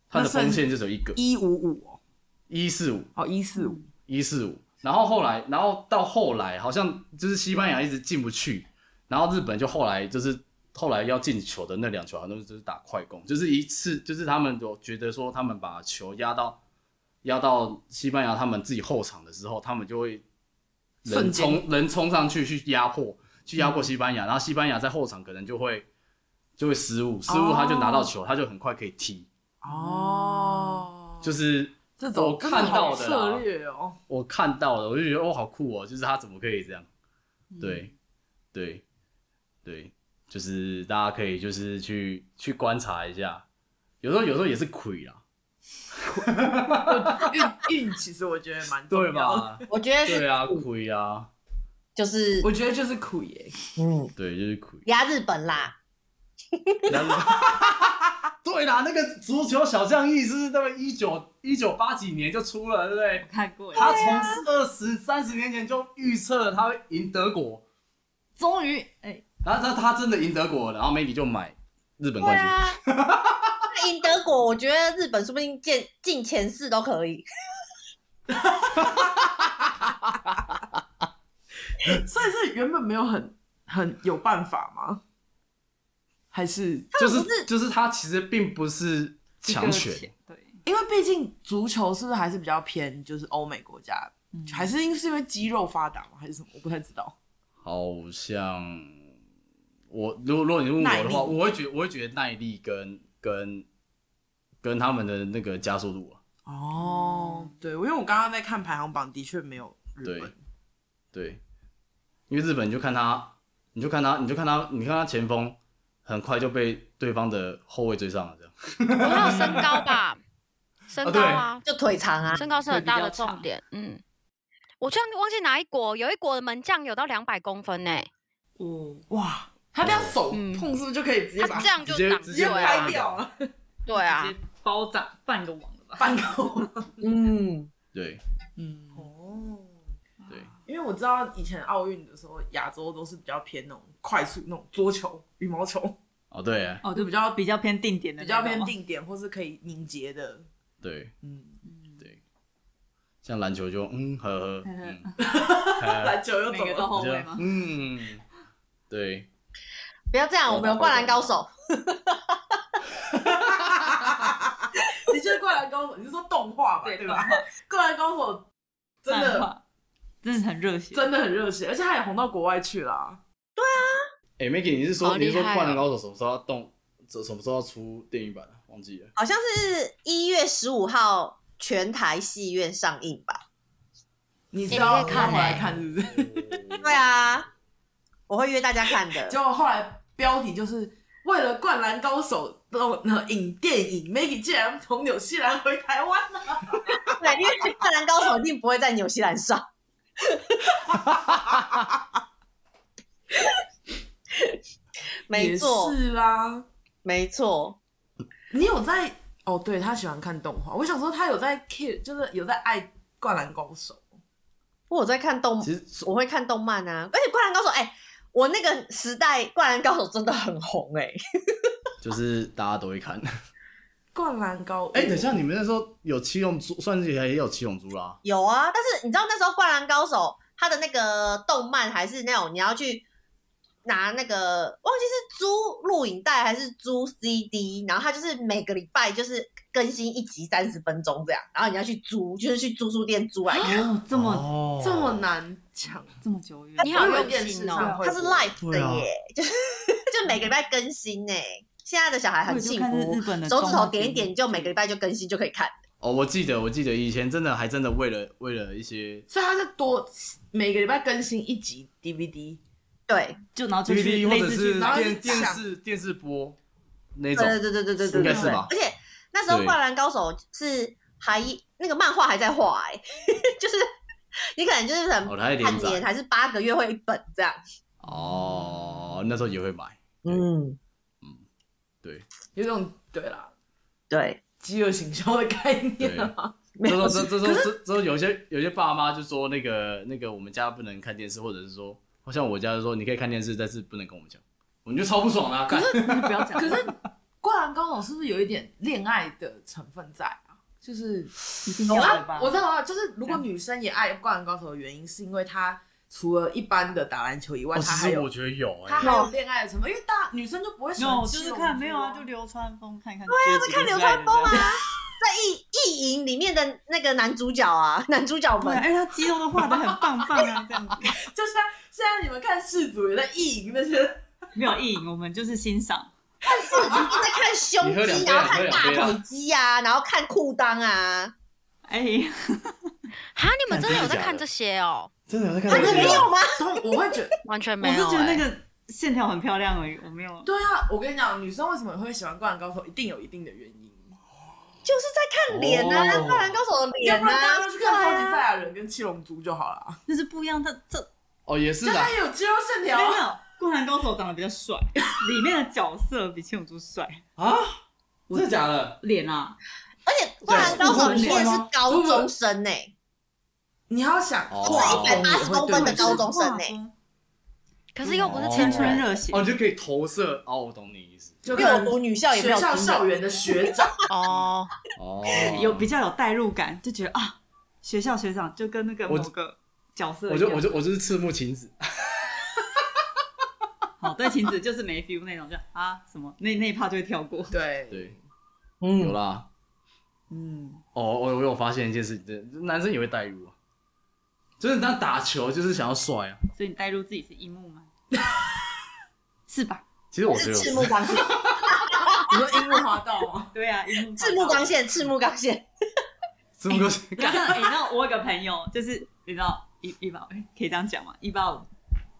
Speaker 4: 他的
Speaker 3: 那剩
Speaker 4: 锋线就只有一个，
Speaker 3: 一五五哦，
Speaker 4: 一四五
Speaker 3: 哦一四五，
Speaker 4: 一四五，然后后来然后到后来好像就是西班牙一直进不去，然后日本就后来就是后来要进球的那两球好像都是就是打快攻，就是一次就是他们有觉得说他们把球压到压到西班牙他们自己后场的时候，他们就会
Speaker 3: 瞬
Speaker 4: 人
Speaker 3: 间嗯
Speaker 4: 冲人冲上去去压迫去压迫西班牙，然后西班牙在后场可能就会就会失误，失误他就拿到球，他就很快可以踢，
Speaker 3: 哦，
Speaker 4: 就是。
Speaker 3: 这
Speaker 4: 我
Speaker 3: 种
Speaker 4: 看
Speaker 3: 这种好
Speaker 4: 到的啦
Speaker 3: 策略哦，
Speaker 4: 我看到了，我就觉得哦，好酷哦，就是他怎么可以这样？对，对，对，就是大家可以就是去去观察一下，有时候有时候也是亏啦，
Speaker 3: 运运其实我觉得蛮重
Speaker 4: 对
Speaker 3: 要的？
Speaker 4: 吧？
Speaker 1: 我觉得
Speaker 4: 对
Speaker 1: 是
Speaker 4: 啊，亏啊，
Speaker 1: 就是
Speaker 3: 我觉得就是苦耶，
Speaker 1: 嗯
Speaker 4: 对，就是亏。
Speaker 1: 压日本啦，
Speaker 4: 然后 对啦，那个足球小将意是不是那个一九一九八几年就出了，对不对
Speaker 5: 我？嗯看过耶，
Speaker 4: 他
Speaker 1: 啊
Speaker 4: 从二十三十年前就预测了他会赢德国，
Speaker 5: 终于哎，
Speaker 4: 然后他他真的赢德国了，然后媒体就买日本
Speaker 1: 对
Speaker 4: 冠军。
Speaker 1: 啊，那赢德国，我觉得日本说不定进进前四都可以。
Speaker 3: 所以是原本没有很很有办法吗？还是
Speaker 4: 就
Speaker 1: 们不
Speaker 4: 是就是他其实并不是强
Speaker 5: 一个
Speaker 4: 权，
Speaker 5: 钱，对，
Speaker 3: 因为为毕竟足球是不是还是比较偏就是欧美国家，还是因是因为肌肉发达吗？还是什么？我不太知道。
Speaker 4: 好像我如果如果你问我
Speaker 3: 耐
Speaker 4: 的话，
Speaker 3: 力
Speaker 4: 我会觉我会觉得耐力跟跟跟他们的那个加速度啊，
Speaker 3: 哦，对，因为我刚刚在看排行榜，的确没有日
Speaker 4: 对
Speaker 3: 本。
Speaker 4: 对，因为日本你就看他，你就看他，你就看他，你看他前锋很快就被对方的后卫追上了，这样
Speaker 2: 我还有身高吧，身高啊，
Speaker 1: 就腿长啊，
Speaker 2: 身高是很大的
Speaker 5: 会比较
Speaker 2: 重
Speaker 5: 长
Speaker 2: 点。嗯，我居然忘记哪一国，有一国的门将有到两百公分呢、
Speaker 5: 哦，
Speaker 3: 哇，他这样手
Speaker 2: 嗯
Speaker 3: 碰是不是就可以直接把
Speaker 2: 他这样就
Speaker 4: 直接
Speaker 2: 挡
Speaker 4: 直
Speaker 3: 直
Speaker 4: 接
Speaker 3: 接
Speaker 2: 住了、
Speaker 3: 拍
Speaker 2: 啊。
Speaker 3: 掉了？
Speaker 2: 对啊
Speaker 5: 直，接包长半个网了吧？
Speaker 3: 半空。
Speaker 1: 嗯，
Speaker 4: 对
Speaker 5: 嗯，
Speaker 3: 哦，
Speaker 4: 对，
Speaker 3: 因为我知道以前奥运的时候，亚洲都是比较偏那种快速那种桌球、羽毛球，
Speaker 4: 哦对啊
Speaker 5: 哦，就比较比较偏定点的
Speaker 3: 比
Speaker 5: 那
Speaker 3: 较
Speaker 5: 种，啊
Speaker 3: 偏定点或是可以凝结的。
Speaker 4: 对
Speaker 3: 嗯，
Speaker 4: 对，像篮球就嗯呵呵，
Speaker 5: 呵呵
Speaker 4: 嗯
Speaker 3: 篮球又
Speaker 5: 每
Speaker 3: 怎么
Speaker 5: 个都
Speaker 3: 了？
Speaker 5: 后
Speaker 4: 我就
Speaker 5: 卫吗？
Speaker 4: 嗯，对，
Speaker 1: 不要这样，我们有灌篮高手，
Speaker 3: 你觉得《灌篮高手》你是说动画吧？
Speaker 5: 对
Speaker 3: 对吧？《灌篮高手》真
Speaker 5: 漫
Speaker 3: 的
Speaker 5: 画，真是很热血，
Speaker 3: 真的很热血，而且他也红到国外去了啊。
Speaker 4: 哎、m a g g i e 你是
Speaker 2: 好
Speaker 4: 说你是
Speaker 2: 厉
Speaker 4: 说
Speaker 2: 害
Speaker 4: 《灌篮
Speaker 2: 哦
Speaker 4: 高手》什么时候要动，什什么时候要出电影版啊？忘记了。
Speaker 1: 好像是一月十五号全台戏院上映吧？
Speaker 3: 你知道
Speaker 2: 你可以看
Speaker 3: 后来
Speaker 2: 欸
Speaker 3: 看是不是？
Speaker 1: 对啊，我会约大家看的
Speaker 3: 结。果后来标题就是为了《灌篮高手》的那影电影，Maggie 竟然从纽西兰回台湾了。
Speaker 1: 对，因为灌篮高手一定不会在纽西兰上。 没错
Speaker 3: 也，是啦。
Speaker 1: 没错，
Speaker 3: 你有在哦？对他喜欢看动画，我想说他有在 care，就是有在爱《灌篮高手》。
Speaker 1: 我在看动，
Speaker 4: 其实
Speaker 1: 我会看动漫啊，而且《灌篮高手》哎、我那个时代《灌篮高手》真的很红哎、
Speaker 4: 就是大家都会看。
Speaker 3: 灌篮高，
Speaker 4: 哎、等一下，你们那时候有七龙珠，算是也有七龙珠啦。
Speaker 1: 有啊，但是你知道那时候《灌篮高手》它的那个动漫还是那种你要去拿那个忘记是租录影带还是租 CD，然后它就是每个礼拜就是更新一集三十分钟这样，然后你要去租，就是去租书店租来啊看。
Speaker 5: 哦，这么
Speaker 4: 哦
Speaker 3: 这么难抢，
Speaker 5: 这么久远，
Speaker 2: 你好
Speaker 3: 我以为
Speaker 2: 哦用
Speaker 3: 电视
Speaker 2: 心
Speaker 3: 上
Speaker 2: 哦。
Speaker 3: 会
Speaker 1: 它是
Speaker 3: 播
Speaker 1: live 的
Speaker 4: 对啊
Speaker 1: 耶，就是就每个礼拜更新呢。现在的小孩很幸
Speaker 5: 我有看
Speaker 1: 福
Speaker 5: 日本，的
Speaker 1: 手指头
Speaker 5: 动画
Speaker 1: 点一
Speaker 5: 节目
Speaker 1: 点就每个礼拜就更新就可以看。
Speaker 4: 哦，我记得，我记得以前真的还真的为了为了一些
Speaker 3: 所以他是多每个礼拜更新一集 DVD，
Speaker 1: 对，
Speaker 5: 就然后哦就
Speaker 4: DVD
Speaker 5: 去
Speaker 4: 或
Speaker 5: 类
Speaker 4: 者
Speaker 5: 似
Speaker 4: 是
Speaker 5: 去
Speaker 3: 然后
Speaker 4: 电
Speaker 3: 去抢
Speaker 4: 电视电视播那种
Speaker 1: 对对对对对对
Speaker 4: 应
Speaker 1: 对
Speaker 4: 该是
Speaker 1: 对。
Speaker 4: 吧
Speaker 1: 而且那时候《
Speaker 4: 对
Speaker 1: 灌篮高手》是还那个漫画还在画哎、 就是你可能就是很
Speaker 4: 哦它还
Speaker 1: 半
Speaker 4: 连载
Speaker 1: 年还是八个月会一本这样。
Speaker 4: 哦，那时候也会买。
Speaker 1: 嗯，
Speaker 4: 对，
Speaker 3: 有种对啦，
Speaker 1: 对，
Speaker 3: 饥饿行销的概念啊。
Speaker 1: 没
Speaker 4: 这时
Speaker 1: 有
Speaker 4: 候这这时候这这时候有些有些爸妈就说那个那个我们家不能看电视，或者是说，好像我家就说你可以看电视，但是不能跟我们讲，我们就超不爽啦、啊。干
Speaker 5: 你不要讲，
Speaker 3: 可是《灌篮高手》是不是有一点恋爱的成分在啊？就是
Speaker 5: 一定
Speaker 3: 我
Speaker 5: 要的吧？
Speaker 3: 我知道啊，就是如果女生也爱《灌篮高手》的原因，是因为她除了一般的打篮球以外，
Speaker 4: 哦，其
Speaker 3: 她还
Speaker 4: 实
Speaker 3: 有
Speaker 4: 我觉得有哎、
Speaker 3: 她还有恋爱的成分，因为大女生就不会喜
Speaker 5: 没
Speaker 3: 欢
Speaker 5: 有，
Speaker 3: 七
Speaker 5: 就是
Speaker 3: 龙
Speaker 5: 看
Speaker 3: 珠
Speaker 5: 没有啊，就流川枫看看。对啊，就
Speaker 1: 看流川枫啊， 在意意淫里面的那个男主角啊， 男主角
Speaker 5: 对，
Speaker 1: 们，
Speaker 5: 哎，他肌肉都画的很棒棒啊，这样子。
Speaker 3: 就像现在你们看世祖也在意淫那些，
Speaker 5: 没有意淫，我们就是欣赏。
Speaker 1: 我已经在看胸
Speaker 4: 你喝
Speaker 1: 肌，然
Speaker 4: 两杯啊
Speaker 1: 后看大腿肌啊，然后看裤裆啊，
Speaker 5: 哎，
Speaker 2: 哈，你们真的有
Speaker 4: 真的
Speaker 2: 在
Speaker 4: 假
Speaker 2: 看
Speaker 4: 的
Speaker 2: 这些哦？
Speaker 4: 真的在看
Speaker 1: 啊，
Speaker 4: 这
Speaker 1: 你
Speaker 4: 个
Speaker 1: 没有吗？
Speaker 3: 我会觉得
Speaker 2: 完全
Speaker 5: 我
Speaker 2: 没有、欸。
Speaker 5: 是觉得那个线条很漂亮而已，我没有。
Speaker 3: 对啊，我跟你讲，女生为什么会喜欢《灌篮高手》，一定有一定的原因，
Speaker 1: 就是在看脸啊，
Speaker 4: 哦
Speaker 1: 灌篮高手的
Speaker 3: 要
Speaker 1: 脸
Speaker 3: 不然大
Speaker 1: 啊
Speaker 3: 家，就去看《超级
Speaker 1: 对
Speaker 3: 赛
Speaker 1: 啊
Speaker 3: 亚人》跟《七龙珠》就好了。
Speaker 5: 那是不一样，他这
Speaker 4: 哦，也是
Speaker 1: 啊
Speaker 3: 就
Speaker 4: 的
Speaker 3: 他。也有肌肉线条
Speaker 5: 哎没
Speaker 3: 啊
Speaker 5: 有没。有，《灌篮高手》长得比较帅， 里面的角色比七龙珠帅。
Speaker 4: 啊？真的假的？
Speaker 5: 脸啊，
Speaker 1: 而且灌篮高手里面是高中生欸呢、
Speaker 3: 你要想，
Speaker 4: 哦
Speaker 1: 就是一百八十公分的高中生呢、
Speaker 2: 可是又不是
Speaker 4: 欸哦
Speaker 2: 青
Speaker 5: 青
Speaker 2: 春
Speaker 5: 春
Speaker 2: 人，
Speaker 5: 热血
Speaker 4: 哦，你就可以投射哦，我懂你意思。
Speaker 3: 就
Speaker 1: 六
Speaker 3: 看
Speaker 1: 读女校也没
Speaker 3: 学
Speaker 1: 有
Speaker 3: 校
Speaker 1: 听
Speaker 3: 校园的学 长，
Speaker 2: 哦，
Speaker 4: 哦，
Speaker 5: 有比较有代入感，就觉得啊，学校学长就跟那个某
Speaker 4: 我
Speaker 5: 个角色一
Speaker 4: 我
Speaker 5: 样。
Speaker 4: 就我就我就是赤木晴子，
Speaker 5: 好对晴子就是没 feel 那种，就啊什么那那一趴就会跳过。
Speaker 3: 对，
Speaker 4: 对，有
Speaker 1: 嗯，
Speaker 4: 啦。
Speaker 3: 嗯，
Speaker 4: 哦，我我有发现一件事情，真的男生也会代入啊，就是那打球就是想要帅啊。
Speaker 5: 所以你带入自己是樱 木吗？是吧？
Speaker 4: 其实我觉
Speaker 1: 是
Speaker 4: 得
Speaker 1: 赤
Speaker 4: 我
Speaker 1: 木刚宪，
Speaker 3: 你说樱木花道 吗？
Speaker 5: 对啊，樱木
Speaker 1: 赤木刚宪，赤木刚宪，
Speaker 4: 赤木哥，
Speaker 5: 加上哎，你知道我有个朋友，就是你知道一一八五，哎可以这样讲吗？一八五，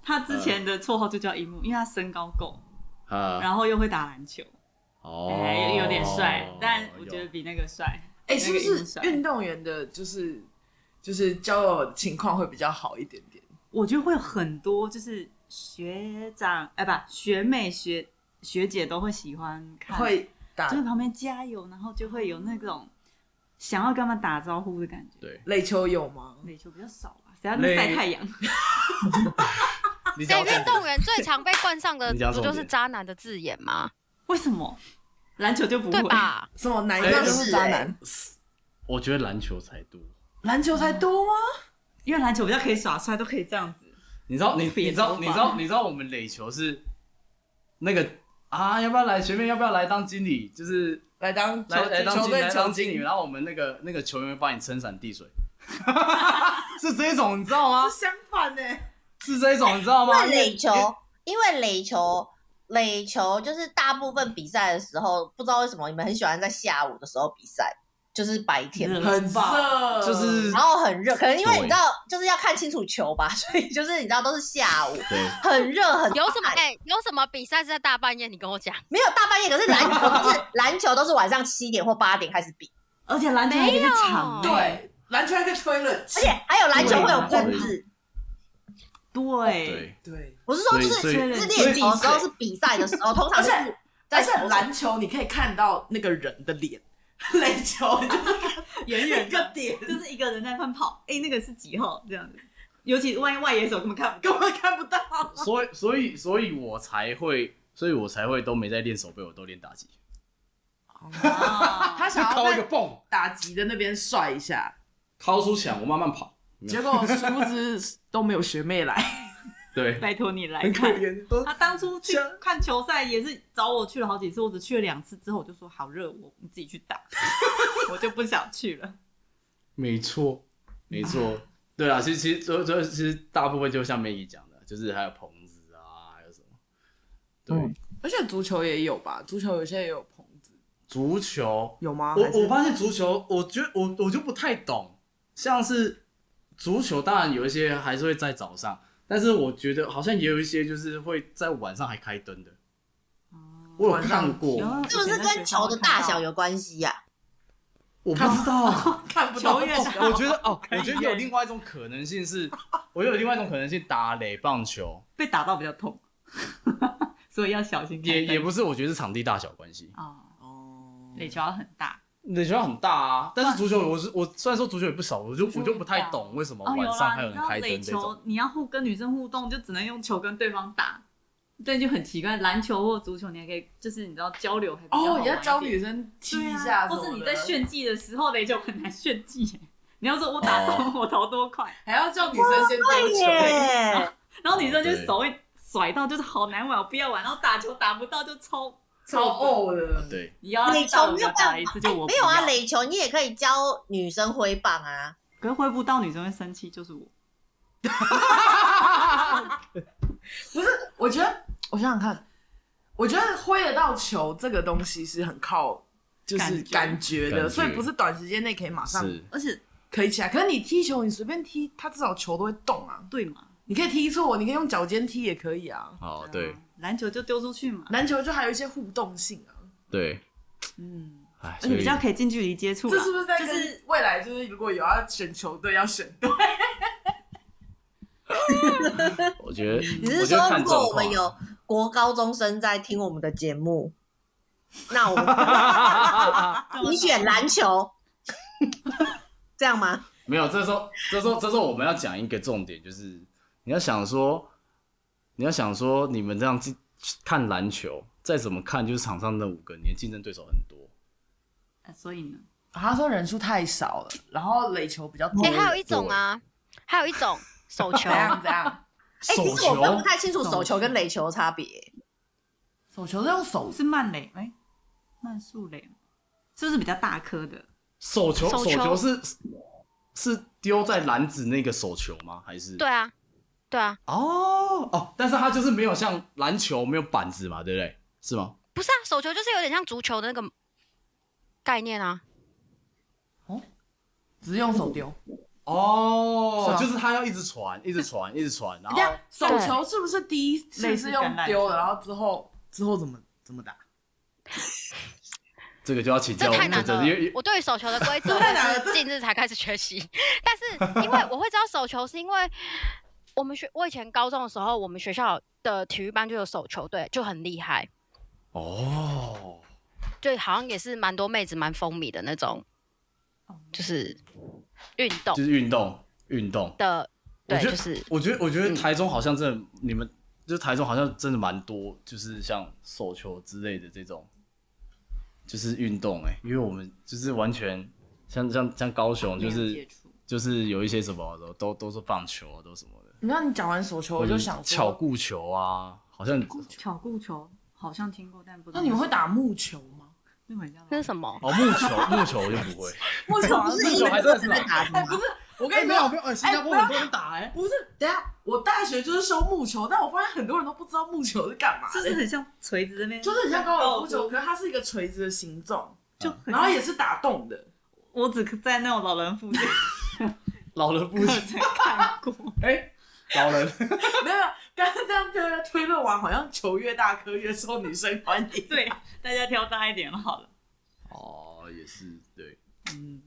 Speaker 5: 他之前的绰号就叫樱木，因为他身高够，
Speaker 4: 啊，
Speaker 5: 然后又会打篮球，
Speaker 4: 哦，
Speaker 5: 哎，有点帅，但我觉得
Speaker 4: 有
Speaker 5: 比那个帅。
Speaker 3: 哎、是不
Speaker 5: 那个樱木
Speaker 3: 是
Speaker 5: 帅
Speaker 3: 运动员的就是就是交友情况会比较好一点点？
Speaker 5: 我觉得会有很多就是学长哎，不学妹学学姐都会喜欢看，
Speaker 3: 会打
Speaker 5: 就在旁边加油，然后就会有那种想要跟他们打招呼的感觉。
Speaker 4: 对，
Speaker 3: 垒球有吗？
Speaker 5: 垒球比较少吧，谁要去晒太阳？
Speaker 4: 你
Speaker 2: 对
Speaker 4: 讲到
Speaker 2: 运动员最常被冠上的
Speaker 4: 你讲
Speaker 2: 不就
Speaker 4: 重
Speaker 2: 是
Speaker 4: 点
Speaker 2: 渣男的字眼吗？
Speaker 5: 为什么篮球就不
Speaker 2: 对
Speaker 5: 会？
Speaker 2: 吧？
Speaker 3: 什么男
Speaker 4: 哎
Speaker 3: 生就是渣男？
Speaker 4: 我觉得篮球才多。
Speaker 3: 篮球才多吗？
Speaker 5: 因为篮球比较可以耍帅，都可以这样子。
Speaker 4: 你知道你
Speaker 5: 别
Speaker 4: 你知道
Speaker 5: 头发
Speaker 4: 你知道你知道我们垒球是那个啊，要不要来学妹？要不要来当经理？就是
Speaker 3: 来当球
Speaker 4: 来来当
Speaker 3: 球
Speaker 4: 经
Speaker 3: 队
Speaker 4: 来
Speaker 3: 球
Speaker 4: 当经理，
Speaker 3: 经，
Speaker 4: 然后我们那个那个球员会帮你撑伞递水， 是这种你知 道吗
Speaker 3: 是？相反呢、
Speaker 4: 是这种你知道
Speaker 1: 因
Speaker 4: 吗？
Speaker 1: 为垒球，因为垒球，垒球就是大部分比赛的时候，不知道为什么你们很喜欢在下午的时候比赛，就是白天。
Speaker 5: 热
Speaker 3: 很色，
Speaker 4: 嗯就是
Speaker 1: 然后很热，可能因为你知
Speaker 4: 对
Speaker 1: 道，就是要看清楚球吧， 所以就是你知道都是下午，
Speaker 4: 对，
Speaker 1: 很热很
Speaker 2: 有什么哎、有什么比赛是在大半夜？你跟我讲，
Speaker 1: 没有大半夜，可是篮 球都是篮球都是晚上七点或八点开始比，
Speaker 5: 而且篮球还可以场内，
Speaker 3: 对篮球还可以吹冷气
Speaker 1: 而且，还有篮球会有棍子，
Speaker 5: 对
Speaker 4: 对，
Speaker 3: 对，
Speaker 1: 我是说就
Speaker 4: 所
Speaker 1: 是
Speaker 4: 以
Speaker 5: 所以
Speaker 1: 是
Speaker 5: 人
Speaker 1: 练球的时
Speaker 4: 所
Speaker 1: 候
Speaker 4: 以
Speaker 1: 是比赛的时候，通常
Speaker 3: 而
Speaker 1: 就
Speaker 3: 且
Speaker 1: 是
Speaker 3: 而
Speaker 1: 在
Speaker 3: 且篮球你可以看到那个人的脸，垒球就是
Speaker 5: 圆
Speaker 3: 一
Speaker 5: 圆
Speaker 3: 个
Speaker 5: 的，
Speaker 3: 点，
Speaker 5: 就是一个人在奔跑。哎，那个是几号？这样子，尤其万一外野手根本看不
Speaker 3: 根
Speaker 5: 到。
Speaker 3: 本看不到。
Speaker 4: 所以所以所以我才会，所以我才会都没在练手背，我都练打击，
Speaker 5: 啊
Speaker 3: 他想要
Speaker 4: 敲一个
Speaker 3: 在
Speaker 4: 蹦，
Speaker 3: 打击的那边帅一下，
Speaker 4: 掏出墙，我慢慢跑。没
Speaker 3: 结
Speaker 4: 有
Speaker 3: 果殊不知都没有学妹来，
Speaker 4: 对，
Speaker 5: 拜托你来
Speaker 3: 很可
Speaker 5: 看。
Speaker 3: 怜。都
Speaker 5: 他当初去
Speaker 3: 想
Speaker 5: 看球赛也是找我去了好几次，我只去了两次之后，我就说好热，我你自己去 打，我就不想去了。
Speaker 4: 没错，没错，对啊，其实其实最最其实大部分就像 Maggie 讲的，就是还有棚子啊，还有什么，对，
Speaker 1: 嗯
Speaker 3: 而且足球也有吧，足球有些也有棚子，
Speaker 4: 足球，
Speaker 3: 有吗？
Speaker 4: 我
Speaker 3: 还是
Speaker 4: 我发现足球，我觉得我我就不太懂，像是足球，当然有一些还是会在早上，但是我觉得好像也有一些就是会在晚上还开灯的，我有看过，
Speaker 1: 是不是跟球的大小有关系呀？
Speaker 4: 我不知道，
Speaker 3: 看不到
Speaker 5: 球员
Speaker 3: 哦
Speaker 4: 我觉得哦，我觉得有另外一种可能性是，我有另外一种可能性打垒棒球，
Speaker 5: 被打到比较痛， 所以要小心开
Speaker 4: 也
Speaker 5: 灯。
Speaker 4: 也不是，我觉得是场地大小关系。
Speaker 5: 啊，
Speaker 3: 哦
Speaker 5: 垒球要很大
Speaker 4: 垒球很大啊，但是足球我是我虽然说足球也不少，我就
Speaker 5: 足
Speaker 4: 我
Speaker 5: 球也
Speaker 4: 就不太
Speaker 5: 大
Speaker 4: 懂为什么
Speaker 5: 哦，有
Speaker 4: 晚上还有
Speaker 5: 啦，你知
Speaker 4: 人
Speaker 5: 道
Speaker 4: 开
Speaker 5: 垒
Speaker 4: 灯这种。
Speaker 5: 球你要互跟女生互动，就只能用球跟对方打，对，就很奇怪。篮球或足球你还可以，就是你知道交流还比较好
Speaker 3: 哦，
Speaker 5: 玩一
Speaker 3: 你
Speaker 5: 点
Speaker 3: 要教女生踢
Speaker 5: 对
Speaker 3: 一
Speaker 5: 啊
Speaker 3: 下什么的，
Speaker 5: 或是你在炫技的时候，垒球很难炫技耶。你要说我打中，我投多快，
Speaker 3: 还要叫女生先丢球，
Speaker 1: 耶，
Speaker 5: 然后女生就
Speaker 4: 哦对
Speaker 5: 手会甩到，就是好难玩，我不要玩。然后打球打不到就超
Speaker 3: 超呕的。
Speaker 4: 对，
Speaker 5: 你要
Speaker 1: 垒球没有办
Speaker 5: 打
Speaker 1: 法
Speaker 5: 一次就我
Speaker 1: 没有啊，
Speaker 5: 不要，
Speaker 1: 垒球你也可以教女生挥棒啊，
Speaker 5: 可是挥不到女生会生气，就是我。
Speaker 3: 我觉得，我想想看，我觉得挥得到球这个东西是很靠就是感
Speaker 5: 感
Speaker 3: 觉的，
Speaker 4: 感觉
Speaker 3: 所以不是短时间内可以马上
Speaker 4: 是
Speaker 5: 而且
Speaker 3: 可以起来。可是你踢球，你随便踢，它至少球都会动啊。
Speaker 5: 对嘛，
Speaker 3: 你可以踢错，你可以用脚尖踢也可以啊。
Speaker 4: 哦，对
Speaker 5: 啊，篮球就丢出去嘛，
Speaker 3: 篮球就还有一些互动性啊。
Speaker 4: 对，
Speaker 5: 嗯，
Speaker 4: 哎，
Speaker 5: 而且比较可以近距离接触啦。
Speaker 3: 这是不是在
Speaker 5: 就
Speaker 3: 跟
Speaker 5: 是
Speaker 3: 未来啊就是如果有要选球队要选队？
Speaker 4: 我觉得
Speaker 1: 你是
Speaker 4: 觉得
Speaker 1: 说，
Speaker 4: 看
Speaker 1: 如果
Speaker 4: 状
Speaker 1: 我们
Speaker 4: 况
Speaker 1: 有国高中生在听我们的节目，那我们你选篮球，这样吗？
Speaker 4: 没有，这时候这时候这时候我们要讲一个重点，就是你要想说，你要想说你们这样去看篮球，再怎么看就是场上那五个，你的竞争对手很多。
Speaker 5: 呃所以呢，
Speaker 3: 啊他说人数太少了，然后垒球比较
Speaker 4: 哦
Speaker 3: 多。
Speaker 2: 哎、还有一种啊，还有一种手球
Speaker 3: 怎，样怎样？
Speaker 1: 哎、
Speaker 4: 手
Speaker 1: 其实我分不
Speaker 4: 球
Speaker 1: 太清楚手球跟垒球的差别、
Speaker 3: 手球是用手
Speaker 5: 是慢垒哎，慢速垒，是不是比较大颗的？
Speaker 4: 手球
Speaker 2: 手
Speaker 4: 手
Speaker 2: 球
Speaker 4: 球是是丢在篮子那个手球吗？还是
Speaker 2: 对啊，对啊，
Speaker 4: 哦哦，但是它就是没有像篮球没有板子嘛，对不对？是吗？
Speaker 2: 不是啊，手球就是有点像足球的那个概念啊。
Speaker 3: 只用手丢。是
Speaker 4: 哦
Speaker 3: 吗，
Speaker 4: 就是它要一直传，一直 传，一直传，然
Speaker 3: 等
Speaker 4: 后
Speaker 3: 一下手球是不是第一次是用丢的，然后之后之后怎么怎么打？
Speaker 4: 这个就要请
Speaker 2: 这
Speaker 4: 教
Speaker 2: 太难
Speaker 4: 这
Speaker 2: 了
Speaker 4: 因为，
Speaker 2: 我对于手球的规则
Speaker 3: 太难了
Speaker 2: 我是近日才开始学习，但是因为 我会知道手球，是因为我们学我以前高中的时候，我们学校的体育班就有手球队，就很厉害，
Speaker 4: 哦，
Speaker 2: 就好像也是蛮多妹子蛮风靡的那种，就是运动
Speaker 4: 就是运动运动。
Speaker 2: 的，
Speaker 4: 我
Speaker 2: 对，
Speaker 4: 觉得
Speaker 2: 就是
Speaker 4: 我觉得，我觉得台中好像真的，你们就是台中好像真的蛮多，就是像手球之类的这种，就是运动哎、因为我们就是完全像像像高雄，就
Speaker 5: 没有接
Speaker 4: 是
Speaker 5: 触
Speaker 4: 就是有一些什么都都都是棒球啊，都什么的，
Speaker 3: 你看你讲完手球，我就想
Speaker 4: 巧
Speaker 3: 说，
Speaker 4: 固球啊，好像
Speaker 5: 巧固球好像听过，但不知
Speaker 3: 那
Speaker 5: 道
Speaker 3: 你们会打木球吗？
Speaker 5: 日本叫
Speaker 2: 那是什么？
Speaker 4: 哦木球木球我就不会，
Speaker 3: 木球
Speaker 1: 不是
Speaker 4: 木
Speaker 1: 你
Speaker 4: 球
Speaker 1: 们
Speaker 4: 还真的是蛮
Speaker 1: 打的吗？
Speaker 3: 哎不是，我
Speaker 4: 我
Speaker 3: 跟你
Speaker 4: 没有
Speaker 3: 说
Speaker 4: 没，有，哎新加坡
Speaker 3: 哎
Speaker 4: 很多人打哎、
Speaker 3: 不是，等一下我大学就是修木球，但我发现很多人都不知道木球是干嘛
Speaker 5: 就
Speaker 3: 的，
Speaker 5: 是很哦像锤子那边，
Speaker 3: 就是很像高尔夫球，可是它是一个垂直的形状，
Speaker 5: 就很
Speaker 3: 然后也是打洞的。
Speaker 5: 我只在那种老人附近
Speaker 4: 老人不 行，
Speaker 5: 看过，
Speaker 4: 哎、老人
Speaker 3: 没有，刚刚这样推推论完，好像球越大颗越受女生欢迎。
Speaker 5: 对，大家挑大一点好了。
Speaker 4: 哦也是对。
Speaker 3: 嗯，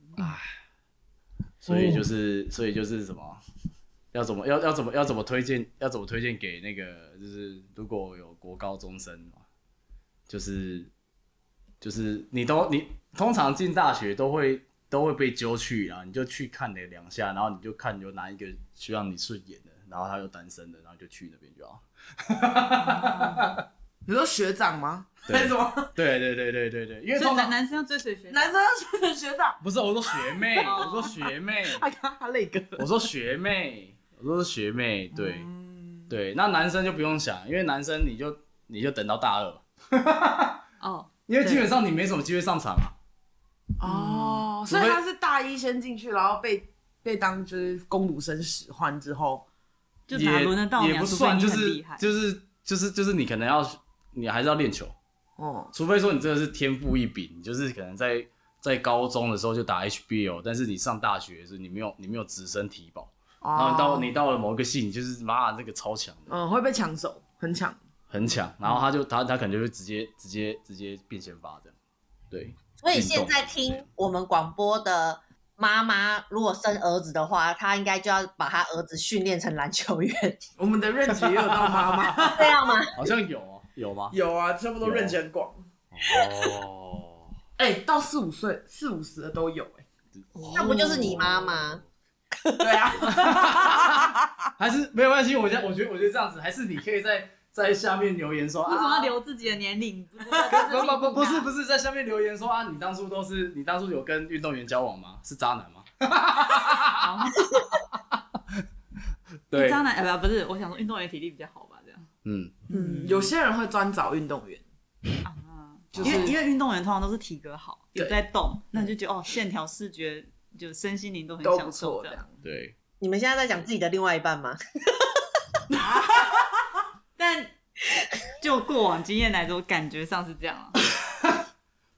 Speaker 4: 所以就是，所以就是什么，要怎么要要怎么要怎么推荐，要怎么推荐给那个，就是如果有国高中生嘛，就是就是你都你通常进大学都会都会被揪去啊，你就去看那两下，然后你就看有哪一个需要你顺眼的，然后他又单身的，然后就去那边就好。
Speaker 3: 你说学长吗？
Speaker 4: 对
Speaker 3: 还是什么？
Speaker 4: 对对对对对对，因为
Speaker 5: 所以
Speaker 4: 通
Speaker 5: 男
Speaker 4: 常
Speaker 5: 男生要追随学
Speaker 3: 男生要说成学长，
Speaker 4: 不是我说学 妹，我说学妹，
Speaker 3: 他看他那个。
Speaker 4: 我说学妹，我说学妹，对。
Speaker 3: 嗯
Speaker 4: 对，那男生就不用想，因为男生你就你就等到大二，
Speaker 5: 哦，
Speaker 4: 因为基本上你没什么机会上场啊。
Speaker 3: 哦，所以他是大一先进去，然后被被当就是攻读生使唤之后，
Speaker 5: 就哪
Speaker 4: 也
Speaker 5: 轮得到你啊？
Speaker 4: 也不
Speaker 5: 除非
Speaker 4: 算，
Speaker 5: 你
Speaker 4: 就
Speaker 5: 很
Speaker 4: 是
Speaker 5: 厉害
Speaker 4: 就是就是就是你可能要你还是要练球，
Speaker 3: 哦，
Speaker 4: 除非说你真的是天赋异禀，你就是可能在在高中的时候就打 HBL，但是你上大学的时候你没有你没有直升体保，
Speaker 5: 哦
Speaker 4: 然后你到你到了某一个系，你就是妈这个超强的，
Speaker 3: 哦嗯会被抢手，很抢。
Speaker 4: 很强，然后他就他他可能就会直接直接直接变先发这样，对，
Speaker 1: 所以现在听我们广播的妈妈，如果生儿子的话，她应该就要把她儿子训练成篮球员，
Speaker 3: 我们的认知也有到妈啊妈，
Speaker 1: 这样吗？
Speaker 4: 好像有哦有吗？
Speaker 3: 有啊，差不多
Speaker 4: 有
Speaker 3: 认知很广。
Speaker 4: 哦。
Speaker 3: 哎，到四五岁、四五十的都有哎。
Speaker 1: 那不就是你妈吗？
Speaker 3: 对啊，
Speaker 4: 哦还是没有关系，我觉得我觉得我觉得这样子，还是你可以在在下面留言说
Speaker 5: 为什么
Speaker 4: 啊
Speaker 5: 要，留自己的年龄？不
Speaker 4: 不不不不是不
Speaker 5: 是，
Speaker 4: 是在下面留言说啊，你当初都是你当初有跟运动员交往吗？是渣男吗？对，
Speaker 5: 渣男哎不不是，我想说运动员体力比较好吧，这样
Speaker 4: 嗯，
Speaker 3: 嗯，有些人会专找运动员，
Speaker 5: 啊，
Speaker 3: 就
Speaker 5: 因
Speaker 3: 是
Speaker 5: 为因为运动员通常都是体格好，
Speaker 3: 对嗯
Speaker 5: 有在动，那你就觉得哦，线条、视觉就身心灵都很
Speaker 3: 都不
Speaker 5: 享受
Speaker 3: 错
Speaker 5: 这
Speaker 3: 这
Speaker 5: 样。
Speaker 3: 样。
Speaker 4: 对，
Speaker 1: 你们现在在讲自己的另外一半吗？
Speaker 5: 但 就过往经验来说，感觉上是这样啊。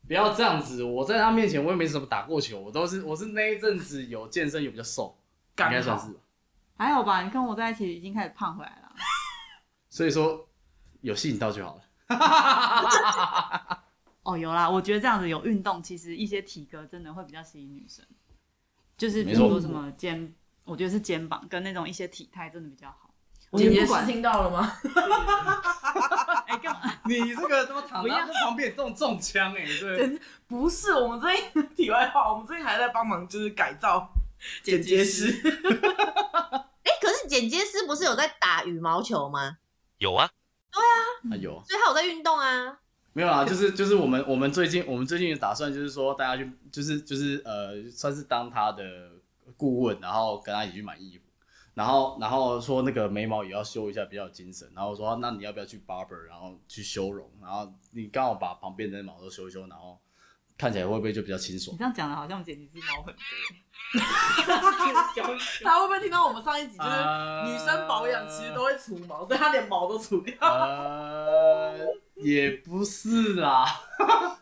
Speaker 4: 不要这样子，我在他面前我也没怎么打过球，我都是我是那一阵子有健身有比较瘦，应
Speaker 3: 刚
Speaker 4: 该算
Speaker 3: 好
Speaker 4: 是吧，
Speaker 5: 还好吧，你跟我在一起已经开始胖回来了。
Speaker 4: 所以说有吸引到就好了。
Speaker 5: 哦，有啦，我觉得这样子有运动，其实一些体格真的会比较吸引女生，就是比
Speaker 4: 没
Speaker 5: 如
Speaker 4: 错
Speaker 5: 说什么肩，我觉得是肩膀跟那种一些体态真的比较好。
Speaker 3: 姐
Speaker 5: 也
Speaker 3: 姐
Speaker 5: 不
Speaker 3: 是
Speaker 5: 管
Speaker 3: 听到了吗？
Speaker 5: 哎干嘛？
Speaker 4: 你这个他妈躺
Speaker 5: 不要
Speaker 4: 在旁边中中枪哎，对，
Speaker 3: 不是，我们最近 题外话，我们最近还在帮忙就是改造剪接师，
Speaker 1: 哎、可是剪接师不是有在打羽毛球吗？
Speaker 6: 有啊，
Speaker 4: 啊有。
Speaker 1: 所以他有在运动啊。
Speaker 4: 没有啊，就是就是我们我们最近我们最近的打算就是说，大家去就是就是呃，算是当他的顾问，然后跟他一起去买衣服，然后然后说那个眉毛也要修一下，比较有精神，然后说那你要不要去 barber，然后去修容，然后你刚好把旁边的毛都修一修，然后看起来会不会就比较清爽
Speaker 5: 你？这样讲的好像我剪辑是猫很多。
Speaker 3: 大家会不会听到我们上一集就是
Speaker 4: 啊
Speaker 3: 女生保养其实都会除毛，所以她连毛都除掉，
Speaker 4: 呃，也不是啦，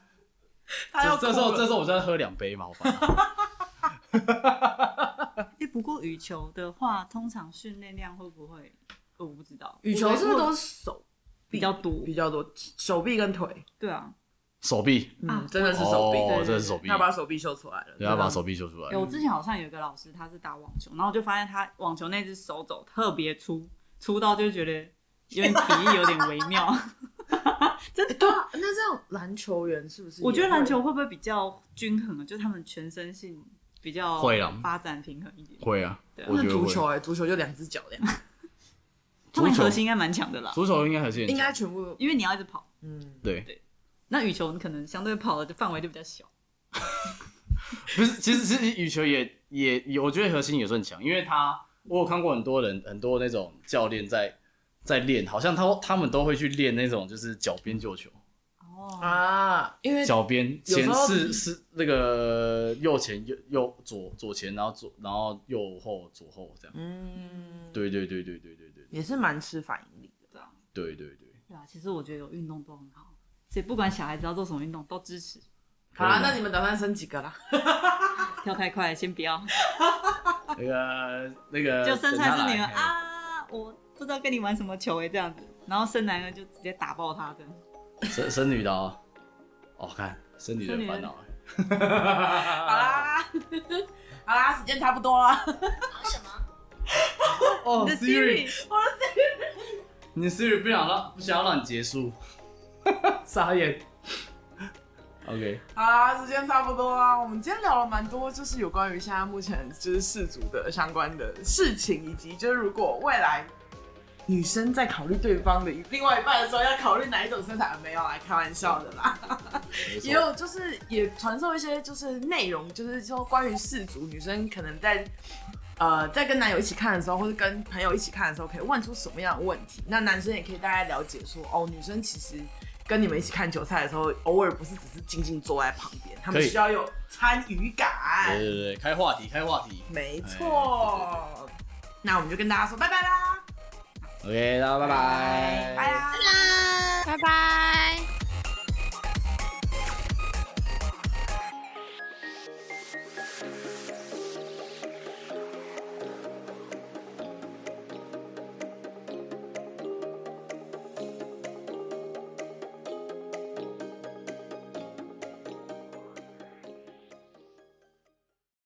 Speaker 3: 她要
Speaker 4: 这
Speaker 3: 哭
Speaker 4: 这时候这
Speaker 3: 了。
Speaker 4: 时候我就要喝两杯嘛，我 发现
Speaker 5: 哎，不过羽球的话，通常训练量会不会？呃我不知道，
Speaker 3: 羽球是不是都是手
Speaker 5: 比较多？
Speaker 3: 比较多，手臂跟腿？
Speaker 5: 对啊，
Speaker 4: 手臂，
Speaker 3: 嗯
Speaker 5: 啊，
Speaker 3: 真的是手臂，
Speaker 4: 哦
Speaker 5: 对，
Speaker 4: 这是手臂，
Speaker 3: 他把手臂秀出来了，啊
Speaker 4: 对，要把手臂秀出来
Speaker 5: 哎，。我之前好像有一个老师，他是打网球，然后我就发现他网球那只手肘特别粗，粗到就觉得有点体力有点微 妙。
Speaker 3: 哎对啊，那这样篮球员是不是也会？
Speaker 5: 我觉得篮球会不会比较均衡啊？就他们全身性比较
Speaker 4: 会啦
Speaker 5: 发展平衡一点。
Speaker 4: 会啊，
Speaker 5: 对啊
Speaker 4: 我
Speaker 3: 那
Speaker 4: 觉得
Speaker 3: 足球
Speaker 4: 会。
Speaker 3: 哎，足球就两只脚的，
Speaker 5: 他
Speaker 4: 足
Speaker 5: 们
Speaker 4: 球
Speaker 5: 核心应该蛮强的啦，
Speaker 4: 足球应该还是很
Speaker 3: 啊应该
Speaker 4: 强
Speaker 3: 全部都
Speaker 5: 因为你要一直跑。
Speaker 3: 嗯，
Speaker 4: 对，
Speaker 5: 那羽球你可能相对跑的范围就比较小。
Speaker 4: 不是，其实其实羽球也也也，我觉得核心也是很强，因为他我有看过很多人很多那种教练在在练，好像他他们都会去练那种就是脚边救球，
Speaker 5: 哦，
Speaker 3: 啊，因为
Speaker 4: 脚边
Speaker 3: 有时
Speaker 4: 前
Speaker 3: 候
Speaker 4: 是是那个右前右右左左前，然后左然后右后左后这样。
Speaker 3: 嗯，
Speaker 4: 对对对对对对对
Speaker 3: 也是蛮吃反应力的。
Speaker 5: 对啊，
Speaker 4: 对 对对。
Speaker 5: 对啊。其实我觉得有运动都很好，所以不管小孩子要做什么运动都支持。
Speaker 3: 好啦，
Speaker 4: 可以吗
Speaker 3: 那你们打算生几个啦？
Speaker 5: 跳太快先不要，
Speaker 4: 那个那个
Speaker 5: 就生出来是女儿
Speaker 4: 等他来
Speaker 5: 啊，我不知道跟你玩什么球哎、这样子，然后生男儿就直接打爆他这样。
Speaker 4: 生生女的哦，哦看生女的
Speaker 5: 生女
Speaker 4: 很
Speaker 5: 的
Speaker 4: 烦恼
Speaker 3: 好
Speaker 4: 哎。
Speaker 3: 啦， 好啦，时间差不多了。
Speaker 2: 什么？
Speaker 4: 哦
Speaker 5: 你的 Siri，
Speaker 3: 我的天
Speaker 4: 你的 Siri 不想让不想要让你结束， 傻眼。OK，
Speaker 3: 好啦，时间差不多啦。我们今天聊了蛮多，就是有关于现在目前就是氏族的相关的事情，以及就是如果未来女生在考虑对方的另外一半的时候，要考虑哪一种身材，没有来开玩笑的啦。
Speaker 4: 没错
Speaker 3: 也有就是也传授一些就是内容，就是说关于氏族女生可能在呃在跟男友一起看的时候，或者跟朋友一起看的时候，可以问出什么样的问题。那男生也可以大概了解说，哦，女生其实跟你们一起看球赛的时候，偶尔不是只是静静坐在旁边，他们
Speaker 4: 可以
Speaker 3: 需要有参与
Speaker 4: 对
Speaker 3: 感。
Speaker 4: 对对，开话题，开话题。
Speaker 3: 没错，那我们就跟大家说拜拜啦，
Speaker 4: OK，大家拜拜，
Speaker 3: 拜啦。
Speaker 2: 拜拜。